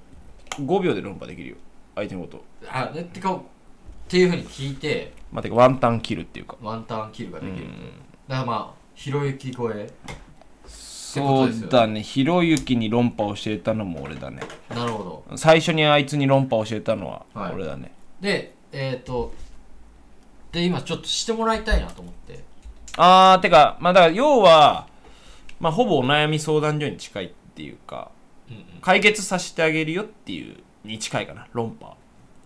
Speaker 4: 5秒で論破できるよ。相手のこと。
Speaker 3: あでてかっていうふうに聞いて
Speaker 4: まあ、てか、ワンタン切るっていうか。
Speaker 3: ワンタンキルができる、
Speaker 4: うん
Speaker 3: だからまあひろゆき超え
Speaker 4: そうだね、ひろゆきに論破を教えたのも俺だね。
Speaker 3: なるほど
Speaker 4: 最初にあいつに論破を教えたのは
Speaker 3: はい
Speaker 4: 俺だね。
Speaker 3: でえっ、とで今ちょっとしてもらいたいなと思って
Speaker 4: あー、てか、まあだから要は、まあほぼお悩み相談所に近いっていうか、
Speaker 3: うんうん
Speaker 4: 解決させてあげるよっていうに近いかな、論破。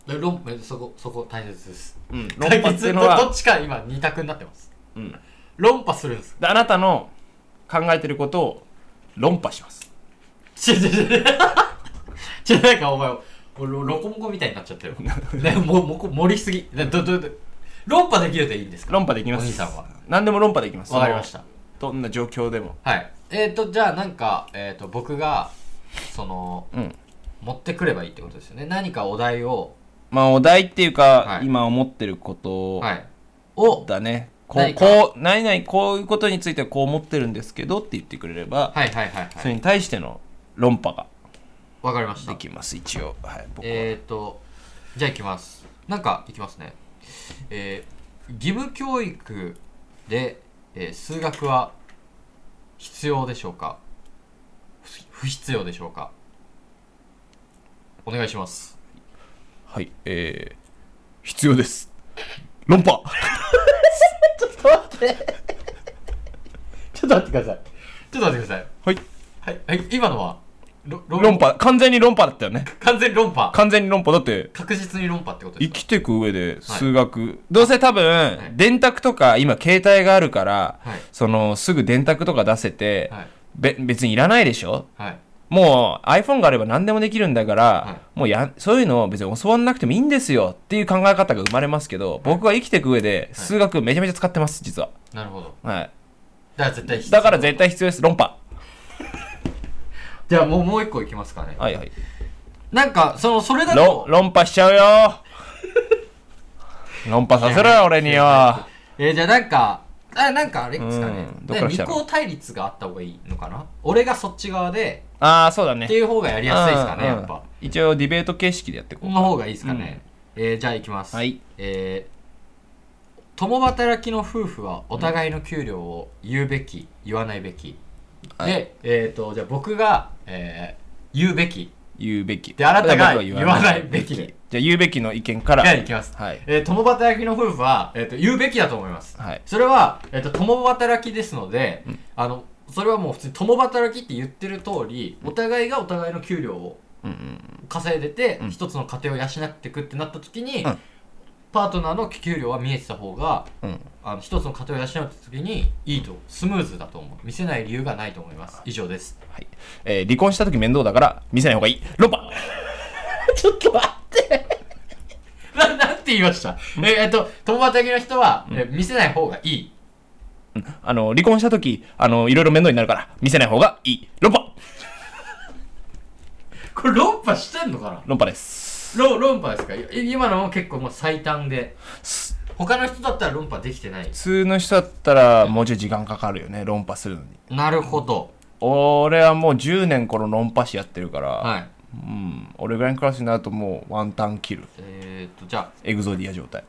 Speaker 3: で論えそこそこ大切です
Speaker 4: うん、論
Speaker 3: 解
Speaker 4: 破ってい
Speaker 3: 決
Speaker 4: うの
Speaker 3: どど
Speaker 4: は
Speaker 3: っ、ちか今二択になってます
Speaker 4: うん、
Speaker 3: 論破するんです
Speaker 4: であなたの考えてることを論破します。
Speaker 3: 違う違う違う違うなんかお前俺ロコモコみたいになっちゃってる ねももこ盛りすぎねどどど論破できるといいんですか
Speaker 4: 論破できます。
Speaker 3: お兄さんは
Speaker 4: 何でも論破できます。
Speaker 3: わかりました
Speaker 4: その。どんな状況でも。
Speaker 3: はいえっ、ー、とじゃあなんか、えー、と僕がその
Speaker 4: うん。
Speaker 3: 持ってくればいいってことですよね何かお題を
Speaker 4: まあお題っていうか、
Speaker 3: はい
Speaker 4: 今思ってることを、
Speaker 3: はいを
Speaker 4: だね。こう、
Speaker 3: 何か
Speaker 4: こう、何々、こういうことについてはこう思ってるんですけどって言ってくれれば、
Speaker 3: はいはいはい
Speaker 4: そ
Speaker 3: はい
Speaker 4: れに対しての論破が
Speaker 3: わかりました
Speaker 4: できます、一応。はい、僕は。
Speaker 3: えっ、ー、とじゃあいきますなんかいきますねえー、義務教育で、えー数学は必要でしょうかふ不必要でしょうかお願いします
Speaker 4: はい、えー、必要です。論 破
Speaker 3: ちょっと待ってくださいちょっと待ってください
Speaker 4: はい、
Speaker 3: はい、はい、今のはろろ
Speaker 4: 論破。完全に論破だったよね。
Speaker 3: 完全論破
Speaker 4: 完全に論破。だって、
Speaker 3: 確実に論破ってことで
Speaker 4: 生
Speaker 3: すか
Speaker 4: きていく上で数学、どうせ多分、電卓とか今携帯があるから、
Speaker 3: はい
Speaker 4: そのすぐ電卓とか出せて、
Speaker 3: はい
Speaker 4: べ別にいらないでしょ
Speaker 3: はい
Speaker 4: もう iPhone があれば何でもできるんだから、
Speaker 3: は
Speaker 4: もうやそういうのを別に教わんなくてもいいんですよっていう考え方が生まれますけど、僕は生きていく上で数学めちゃめちゃ使ってます実は、
Speaker 3: なるほど
Speaker 4: はい、
Speaker 3: だから絶対必要
Speaker 4: だから絶対必要です論破
Speaker 3: じゃあもうもう一個いきますかね
Speaker 4: はいはい
Speaker 3: なんかそのそれだ
Speaker 4: 論
Speaker 3: と
Speaker 4: 論破しち ゃうよ論破させろよ俺によ
Speaker 3: えー、じゃあなんか、あなんかあれですかね
Speaker 4: う。んどっ
Speaker 3: で
Speaker 4: から来た
Speaker 3: 二
Speaker 4: の
Speaker 3: 項対立があった方がいいのかな俺がそっち側で、
Speaker 4: ああそうだね
Speaker 3: っていう方がやりやすいですかね、
Speaker 4: うん
Speaker 3: やっぱ。
Speaker 4: 一応ディベート形式でやっていこ
Speaker 3: この方がいいですかね。えー、じゃあ行きます。
Speaker 4: はい。
Speaker 3: えー、共働きの夫婦はお互いの給料を言うべき、言わないべき。
Speaker 4: はい
Speaker 3: で、えっ、と、じゃあ僕が、えー、言うべき。
Speaker 4: 言うべき
Speaker 3: であなたが
Speaker 4: 僕は
Speaker 3: 言わないべきで
Speaker 4: じゃあ言うべきの意見から
Speaker 3: じゃあ行きます。
Speaker 4: はい
Speaker 3: えー、共働きの夫婦は、えー、と言うべきだと思います、
Speaker 4: はい
Speaker 3: それは、えー、と共働きですので、あのそれはもう普通に共働きって言ってる通りお互いがお互いの給料を稼いでて、一つの家庭を養っていくってなった時に、
Speaker 4: うん
Speaker 3: パートナーの給料は見えてた方が
Speaker 4: うん
Speaker 3: あの一つの家庭を養うって時にいいとスムーズだと思う見せない理由がないと思います以上です
Speaker 4: はいえー離婚した時面倒だから見せない方がいい論破 ちょっと待
Speaker 3: ななんて言いました、えーえーと共働きの人は、えー見せない方がいい
Speaker 4: あの離婚した時あのいろいろ面倒になるから見せない方がいい論破
Speaker 3: これ論破してんのかな
Speaker 4: 論破です
Speaker 3: ロ論破ですかい今のも結構もう最短で他の人だったら論破できてない
Speaker 4: 普通の人だったらもうちょい時間かかるよね論破するのに
Speaker 3: なるほど
Speaker 4: 俺はもう10年この論破しやってるから、
Speaker 3: はい
Speaker 4: うん俺ぐらいのクラスになるともうワンタンキル
Speaker 3: えー、っとじゃ
Speaker 4: エグゾディア状態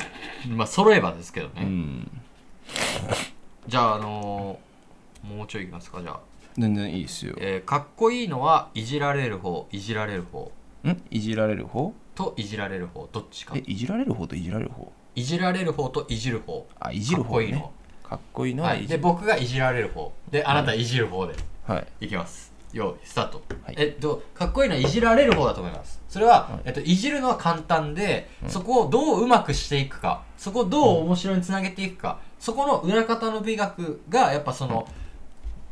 Speaker 3: あまあ揃えばですけどね、
Speaker 4: うん
Speaker 3: じゃああのーもうちょいいきますかじゃあ、
Speaker 4: 全然いいですよ
Speaker 3: えーかっこいいのはいじられる方いじられる方
Speaker 4: んいじられる方
Speaker 3: といじられる方どっちか
Speaker 4: えいじられる方といじられる方
Speaker 3: いじられる方といじる方
Speaker 4: あいじる方ね
Speaker 3: かっこいいの
Speaker 4: かっこいいの
Speaker 3: は
Speaker 4: はいいじ
Speaker 3: で
Speaker 4: る
Speaker 3: 僕がいじられる方であなたいじる方で
Speaker 4: はい
Speaker 3: いきますよーいスタート、
Speaker 4: はい
Speaker 3: えっとかっこいいのはいじられる方だと思いますそれは、いえっと、いじるのは簡単で、そこをどううまくしていくかそこをどう面白につなげていくか、そこの裏方の美学がやっぱその、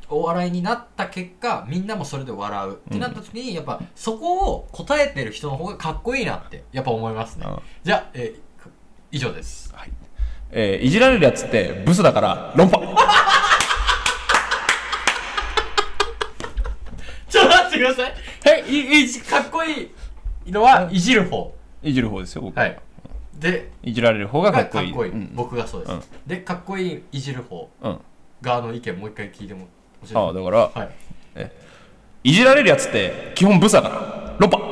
Speaker 3: お笑いになった結果みんなもそれで笑うってなった時にやっぱそこを答えてる人の方がかっこいいなってやっぱ思いますね、
Speaker 4: うん
Speaker 3: じゃあ、えーか以上です
Speaker 4: はいえーいじられるやつってブスだから論破
Speaker 3: ちょっと待ってくださいはいいいじかっこいいのはいじる方
Speaker 4: いじる方ですよ僕
Speaker 3: はいで
Speaker 4: いじられる方がか
Speaker 3: が
Speaker 4: っこいいうん
Speaker 3: 僕がそうです、でかっこいいいじる方
Speaker 4: うん、あ
Speaker 3: 側の意見もう一回聞いても教えて
Speaker 4: あだから
Speaker 3: はい
Speaker 4: いじられるやつって基本ブスだから論破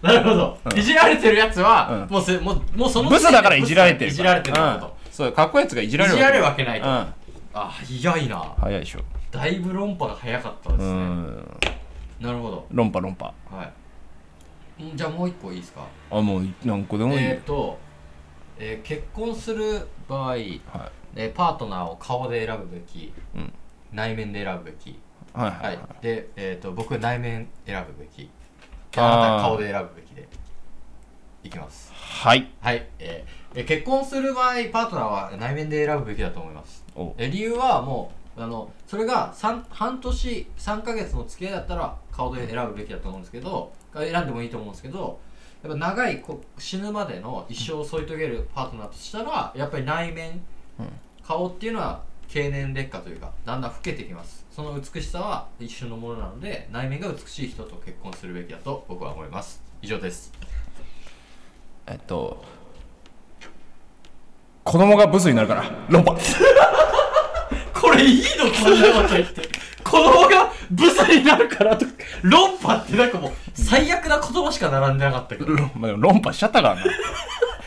Speaker 3: なるほど、いじられてるやつ
Speaker 4: う
Speaker 3: は、
Speaker 4: ん
Speaker 3: もうせもうもうその
Speaker 4: ブスだからいじられてる
Speaker 3: いじられてる
Speaker 4: うん
Speaker 3: こ
Speaker 4: そうかっこいいやつがいじ
Speaker 3: と、
Speaker 4: られ
Speaker 3: い
Speaker 4: る
Speaker 3: じられるわけない
Speaker 4: け
Speaker 3: と、
Speaker 4: うん
Speaker 3: あ早いな
Speaker 4: 早いでしょ
Speaker 3: だいぶ論破が早かったです
Speaker 4: う
Speaker 3: ね、
Speaker 4: ん
Speaker 3: なるほど
Speaker 4: 論破論破
Speaker 3: はいんじゃあもう一個いいですか
Speaker 4: あもう何個でもいい
Speaker 3: え
Speaker 4: よ
Speaker 3: っ、と、えー結婚する場合、
Speaker 4: は
Speaker 3: えーパートナーを顔で選ぶべき、
Speaker 4: うん
Speaker 3: 内面で選ぶべき、
Speaker 4: いはいは
Speaker 3: はいい、で、えー、と僕内面選ぶべき
Speaker 4: あ
Speaker 3: あ
Speaker 4: ー
Speaker 3: なた顔で選ぶべきでいきます
Speaker 4: はい
Speaker 3: はい、えーえ結婚する場合パートナーは内面で選ぶべきだと思います
Speaker 4: お
Speaker 3: え理由はもうあのそれが三半年3ヶ月の付き合いだったら顔で選ぶべきだと思うんですけど選んでもいいと思うんですけどやっぱ長いこ死ぬまでの一生を添い遂げるパートナーとしたらやっぱり内面、顔っていうのは経年劣化というかだんだん老けてきますその美しさは一種のものなので内面が美しい人と結婚するべきだと僕は思います以上です
Speaker 4: えっと子供がブスになるから論破
Speaker 3: これいいのこんなこと言って子供がブスになるからと論破ってなんかもう最悪な言葉しか並んでなかったけど
Speaker 4: 論まあでも論破しちゃったからな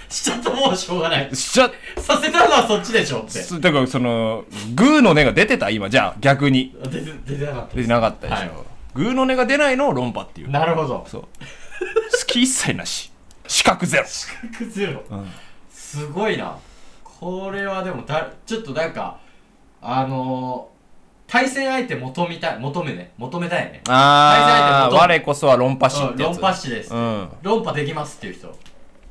Speaker 3: しちゃったもうしょうがない
Speaker 4: しちゃっ
Speaker 3: させたのはそっちでしょって
Speaker 4: すだからそのグーの根が出てた今じゃあ逆に
Speaker 3: 出て出てなかった
Speaker 4: 出
Speaker 3: で
Speaker 4: て
Speaker 3: す
Speaker 4: なかったでしょ、
Speaker 3: はい
Speaker 4: グーの根が出ないのを論破 っていう
Speaker 3: なるほど
Speaker 4: そう好き一切なし資格ゼロ
Speaker 3: ゼロ、
Speaker 4: ん
Speaker 3: すごいなこれはでもだちょっとなんかあのー、対戦相手求めたい求めね求めたいね
Speaker 4: あ
Speaker 3: 大事相手
Speaker 4: あ
Speaker 3: 元
Speaker 4: 我こそは論破師
Speaker 3: う
Speaker 4: っ
Speaker 3: ん
Speaker 4: てや
Speaker 3: 論
Speaker 4: つ
Speaker 3: 破師です、
Speaker 4: うん
Speaker 3: 論破できますっていう人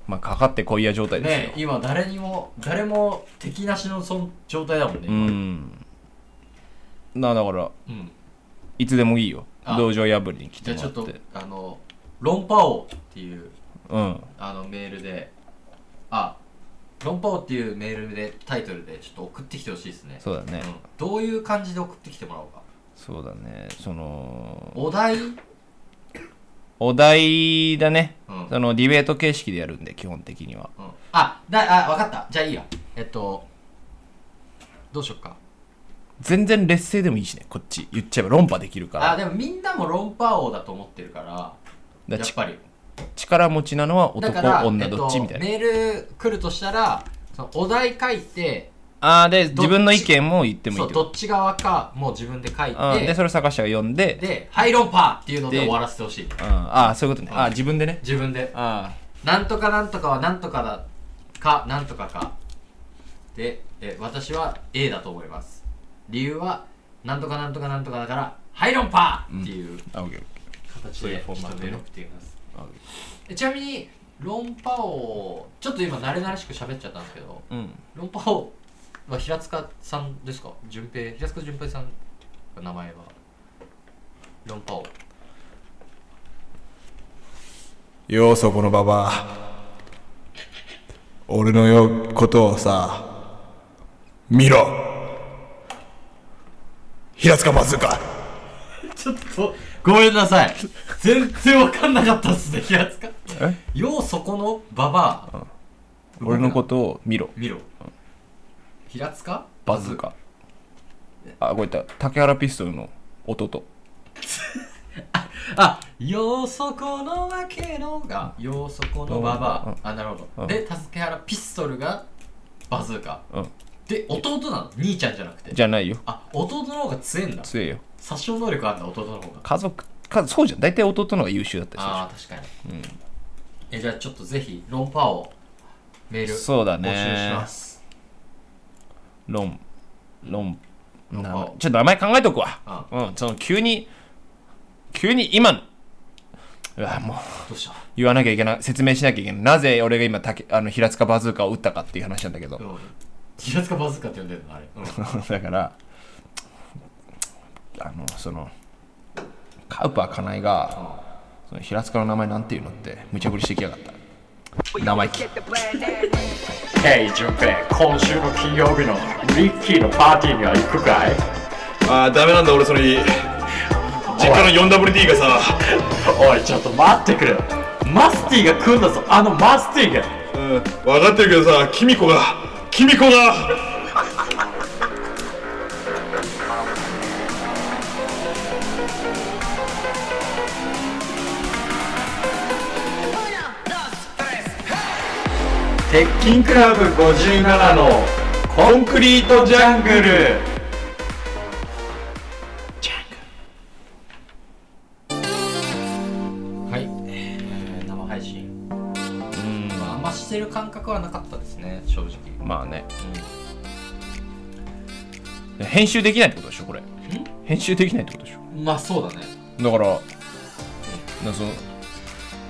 Speaker 4: まあかかってこいや状態ですよ、
Speaker 3: ね今誰にも誰も敵なしのそん状態だもんね、
Speaker 4: うんなあだから
Speaker 3: うん
Speaker 4: いつでもいいよ
Speaker 3: あ
Speaker 4: 道場破りに来
Speaker 3: じ
Speaker 4: て
Speaker 3: ゃあ
Speaker 4: も
Speaker 3: ち
Speaker 4: ら
Speaker 3: ょ
Speaker 4: っ
Speaker 3: っと
Speaker 4: て
Speaker 3: あの論破王っていう
Speaker 4: うん
Speaker 3: あのメールであ論破王っていうメールでタイトルでちょっと送ってきてほしいですね
Speaker 4: そうだね、
Speaker 3: うん、どういう感じで送ってきてもらおうか
Speaker 4: そうだねその
Speaker 3: お題
Speaker 4: お題だね、
Speaker 3: うん
Speaker 4: そのディベート形式でやるんで基本的には
Speaker 3: うんあだあ分かったじゃあいいやえっとどうしよっか
Speaker 4: 全然劣勢でもいいしねこっち言っちゃえば論破できるから
Speaker 3: あでもみんなも論破王だと思ってるから
Speaker 4: だ
Speaker 3: や
Speaker 4: から
Speaker 3: っ
Speaker 4: ち
Speaker 3: ぱり
Speaker 4: 力持ちなのは
Speaker 3: だ
Speaker 4: 男
Speaker 3: から
Speaker 4: 女どっちみたいな、
Speaker 3: えっと、メール来るとしたらそのお題書いて
Speaker 4: ああで
Speaker 3: ど
Speaker 4: 自分の意見も言ってもいい
Speaker 3: そう
Speaker 4: ってこ
Speaker 3: どっち側かもう自分で書い
Speaker 4: とうん
Speaker 3: て
Speaker 4: でそれを坂下が読んで
Speaker 3: ではい論破っていうので
Speaker 4: で
Speaker 3: 終わらせてほしい
Speaker 4: うん、ああそういうことねああ自分でね
Speaker 3: 自分で
Speaker 4: あ
Speaker 3: なんとかなんとかはなんとかだかなんとかかでえ私は A だと思います理由はなんとかなんとかなんとかだからはい論破っていう
Speaker 4: ああオッケー
Speaker 3: 形
Speaker 4: そういう
Speaker 3: で
Speaker 4: フォーマットね
Speaker 3: ちょっとメール送ってみます
Speaker 4: オッケ
Speaker 3: えちなみに論破王ちょっと今慣れ慣れしく喋っちゃったんですけど
Speaker 4: ーうん
Speaker 3: 論破王は平塚さんですか順平平塚順平さんの名前は論破王
Speaker 6: ようそこのババア俺のよことをさ見ろ平塚バズーカ
Speaker 3: ちょっとごめんなさい全然わかんなかったっすね平塚
Speaker 4: え
Speaker 3: ようそこのババア
Speaker 4: 俺のことを見ろ
Speaker 3: 見ろ平塚
Speaker 4: バズーカあこういった竹原ピストルの弟
Speaker 3: あ、よそこのわけのが、よそこのババア。あ、なるほ
Speaker 4: うん
Speaker 3: ど。で、助原ピストルがバズーカ
Speaker 4: うん。
Speaker 3: で、弟なの兄ちゃんじゃなくて。
Speaker 4: じゃないよ
Speaker 3: あ、弟の方が強いんだ。
Speaker 4: 強えよ
Speaker 3: 殺傷能力あんだ、弟の方が。
Speaker 4: 家族家そうじゃん大体弟の方が優秀だったりする
Speaker 3: ああ、確かに。え、じゃあちょっとぜひ、論破をメール
Speaker 4: そうだね
Speaker 3: 募集します。
Speaker 4: ロンロン
Speaker 3: ロ
Speaker 4: 名
Speaker 3: ン
Speaker 4: 前
Speaker 3: パオ
Speaker 4: ちょっと名前考えとくわうんその急に急に今のうわもう
Speaker 3: どうした
Speaker 4: 言わなきゃいけない説明しなきゃいけないなぜ俺が今たけあの平塚バズーカを撃ったかっていう話なんだけど、
Speaker 3: うん。平塚バズーカって呼んでるのあれ。うん。
Speaker 4: だからあのそのカウパーカナイがその平塚の名前なんていうのって無茶ぶりしてきやがった生意気
Speaker 5: Hey 順平今週の金曜日のリッキーのパーティーには行くかい
Speaker 2: あーダメなんだ俺それ実家の 4WD がさ
Speaker 5: おいちょっと待ってくれマスティが来んだぞあのマスティが
Speaker 2: うん分かってるけどさキミコがキミコが
Speaker 5: 鉄筋クラブ57のコンクリートジャングル
Speaker 3: はい、えー生配信うん、まあ、あんましてる感覚はなかったですね正直
Speaker 4: まあね編集できないってことでしょこれ編集できないってことでしょ
Speaker 3: うんまあそうだね
Speaker 4: だから、なその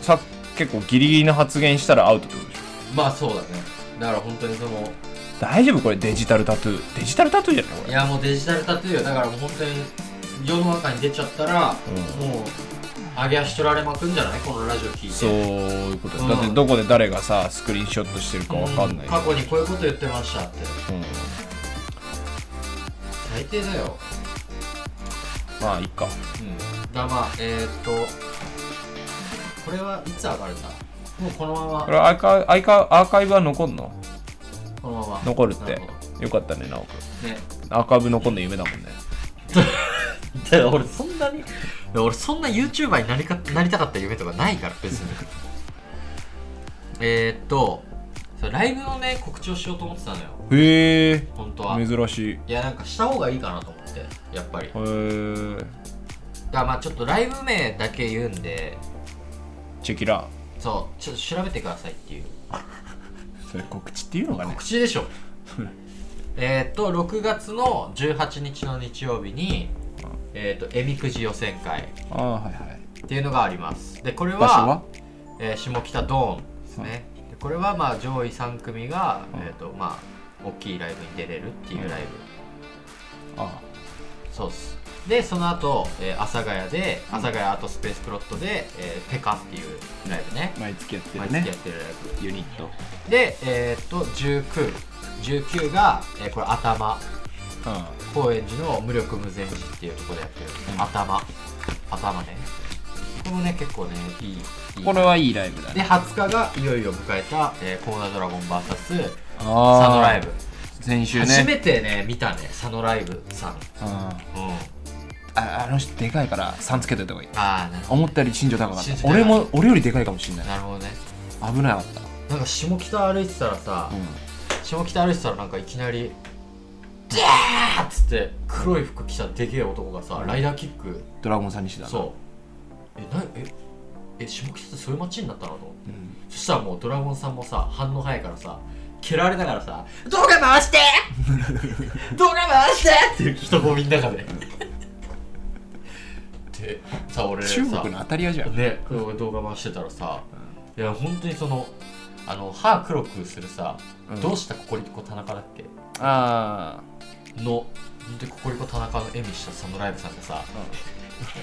Speaker 4: さ結構ギリギリな発言したらアウトってことでしょ
Speaker 3: まあそうだねだから本当にその
Speaker 4: 大丈夫これデジタルタトゥーデジタルタトゥーじゃないこ
Speaker 3: い
Speaker 4: れ
Speaker 3: やもうデジタルタトゥーよだからもう本当に世の中に出ちゃったら、もう上げ足取られまくんじゃないこのラジオ聞いて
Speaker 4: そういうこと
Speaker 3: うん
Speaker 4: だってどこで誰がさスクリーンショットしてるかわかんない、
Speaker 3: う過去にこういうこと言ってましたって
Speaker 4: うん
Speaker 3: 最低だよ
Speaker 4: まあいいか
Speaker 3: うんだからまあえー、っとこれはいつ上がるんだもうこのまま
Speaker 4: これアーカイアイカアーカイブは残るの
Speaker 3: このまま
Speaker 4: 残るっ
Speaker 3: な
Speaker 4: て
Speaker 3: ほど
Speaker 4: よかったねなおくん
Speaker 3: ね
Speaker 4: アーカイブ残るの夢だもんね
Speaker 3: だから俺そんなにだから俺そんな YouTuber になりかなりたかった夢とかないから別にえーっとそうライブのね告知をしようと思ってたのよ
Speaker 4: へえ
Speaker 3: 本当は
Speaker 4: 珍しいへ
Speaker 3: いやなんかした方がいいかなと思ってやっぱりだか
Speaker 4: え
Speaker 3: らまあちょっとライブ名だけ言うんで
Speaker 4: チェキラ
Speaker 3: そうちょっと調べてくださいっていう
Speaker 4: それ告知っていうのかね
Speaker 3: 告知でしょえーっと6月の18日の日曜日にえーっとえみくじ予選会
Speaker 4: ああはいはい
Speaker 3: っていうのがありますでこれ
Speaker 4: 場所は
Speaker 3: えー下北ドーンですね、でこれはまあ上位3組が、えーとまあ、大きいライブに出れるっていうライブ、
Speaker 4: あ
Speaker 3: そうっすでその後、えー阿佐ヶ谷で阿佐ヶ谷アートスペースプロットで、えーペカっていうライブね
Speaker 4: あ毎月やって
Speaker 3: 毎
Speaker 4: る
Speaker 3: 月
Speaker 4: ね
Speaker 3: やってるライ
Speaker 4: ユニット
Speaker 3: ブでえっと1919が、えーこれ頭
Speaker 4: う
Speaker 3: 高円寺の無力無善寺っていうところでやってる、頭頭ねこれもね結構ねいいいい
Speaker 4: んこれはいいライブだ
Speaker 3: で
Speaker 4: ね
Speaker 3: 20日がいよいよ迎えた、えーコーナードラゴン VS
Speaker 4: あ
Speaker 3: サノライブ、
Speaker 4: 先週ね
Speaker 3: 初めてね見たねサノライブさん、うん、
Speaker 4: うん
Speaker 3: あ
Speaker 4: ああの人でかいから3つけといた方がいい
Speaker 3: あなるほ
Speaker 4: 思ったより身長高かっ
Speaker 3: 身長
Speaker 4: た
Speaker 3: 高い
Speaker 4: 俺も俺よりでかいかもしれな
Speaker 3: ど
Speaker 4: い
Speaker 3: なるほどね
Speaker 4: 危なかった
Speaker 3: なんか下北歩いてたらさ、
Speaker 4: うん
Speaker 3: 下北歩いてたらなんかいきなり「ギャー!」っつって黒い服着たでけえ男がさライダーキック
Speaker 4: ドラゴンさんにしてたう
Speaker 3: そうえなええ下北ってそういう街になったのと思って、そしたらもうドラゴンさんもさ反応早いからさ蹴られながらさ「動画回して 動画回して!」っていう人混みの中ででさ俺さ
Speaker 4: 中国の当たり屋じゃん
Speaker 3: ね俺動画回してたらさ、いや本当にそのあの歯黒くするさ、
Speaker 4: うん
Speaker 3: どうしたココリコ田中だっけ
Speaker 4: あ
Speaker 3: の本当にココリコ田中の絵にしたサムライブさんがさ、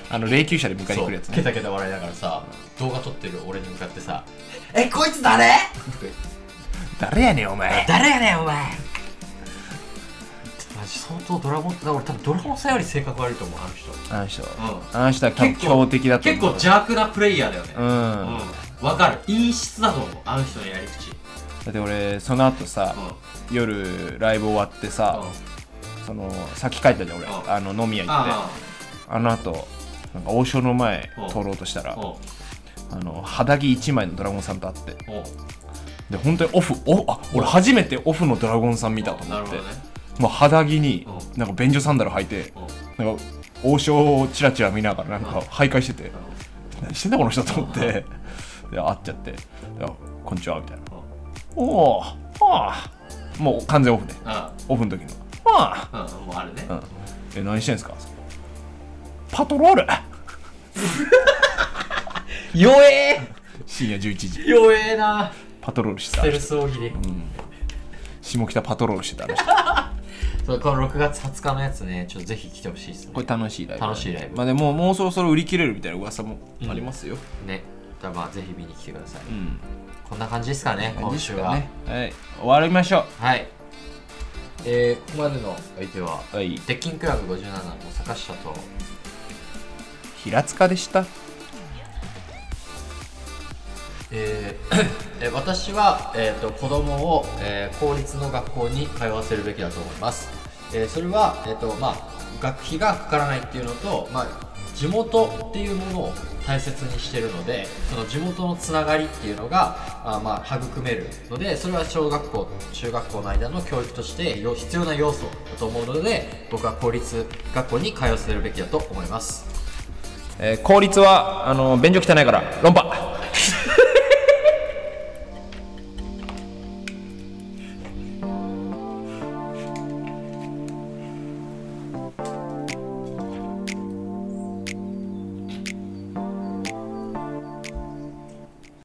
Speaker 4: ああの霊柩車で迎えに来るやつ
Speaker 3: そうケ
Speaker 4: ね
Speaker 3: タケタ笑いながらさ動画撮ってる俺に向かってさ「えこいつ誰?」とか言って
Speaker 4: 誰やねんお前
Speaker 3: 「誰やねんお前!」マジ相当ドラゴンだから俺多分ドラゴンさんより性格悪いと思うあの人
Speaker 4: あの人
Speaker 3: ん
Speaker 4: あの人は多分
Speaker 3: 結構
Speaker 4: 強敵だと
Speaker 3: 結
Speaker 4: 思う
Speaker 3: 構邪悪なプレイヤーだよね
Speaker 4: う
Speaker 3: うんんわかる陰湿だと思うあの人のやり口
Speaker 4: だって俺その後さ
Speaker 3: うん
Speaker 4: 夜ライブ終わって
Speaker 3: う
Speaker 4: さ
Speaker 3: ん
Speaker 4: その先帰ったじゃん俺
Speaker 3: うん
Speaker 4: あの飲み屋行って
Speaker 3: あ
Speaker 4: あの後なんか王将の前
Speaker 3: うん
Speaker 4: 通ろうとしたら
Speaker 3: おう
Speaker 4: あの肌着1枚のドラゴンさんと会って
Speaker 3: おう
Speaker 4: で本当にオフオフあ俺初めてオフのドラゴンさん見たと
Speaker 3: な
Speaker 4: 思って、
Speaker 3: るほどね
Speaker 4: もう肌着に
Speaker 3: う
Speaker 4: なんか便所サンダル履いて
Speaker 3: おう
Speaker 4: なんか王将をチラチラ見ながらなんか徘徊してて何してんだこの人と思ってで会っちゃって「いやこんにちは」みたいな「おおはあ」もう完全オフね
Speaker 3: あ
Speaker 4: オフの時の「はあ」
Speaker 3: あうんもうあるね
Speaker 4: うんえ何してんすかパトロール
Speaker 3: 弱え
Speaker 4: 深夜11時
Speaker 3: 弱えな
Speaker 4: パトロールしてた
Speaker 3: セルス大喜利
Speaker 4: 下北パトロールしてたあの人
Speaker 3: そうこの6月20日のやつねちょっとぜひ来てほしいですね
Speaker 4: これ楽しいライブ
Speaker 3: 楽しいライブ
Speaker 4: まあでももうそろそろ売り切れるみたいな噂もありますよ
Speaker 3: ねだからまあぜひ見に来てください
Speaker 4: うん
Speaker 3: こんな感じですかね
Speaker 4: 感
Speaker 3: 今
Speaker 4: じです
Speaker 3: 週
Speaker 4: か
Speaker 3: は
Speaker 4: ねはい終わりましょ
Speaker 3: はいえーここまでの相手は
Speaker 4: うはい
Speaker 3: 鉄筋クラブ57の坂下と
Speaker 4: 平塚でした
Speaker 3: えーえ私は、えー、と子供を、えー公立の学校に通わせるべきだと思います、えーそれは、えーとまあ、学費がかからないっていうのと、まあ、地元っていうものを大切にしてるのでその地元のつながりっていうのがあー、まあ、育めるのでそれは小学校中学校の間の教育としてよ必要な要素だと思うので僕は公立学校に通わせるべきだと思います
Speaker 4: えー効率はあの便所汚いから論破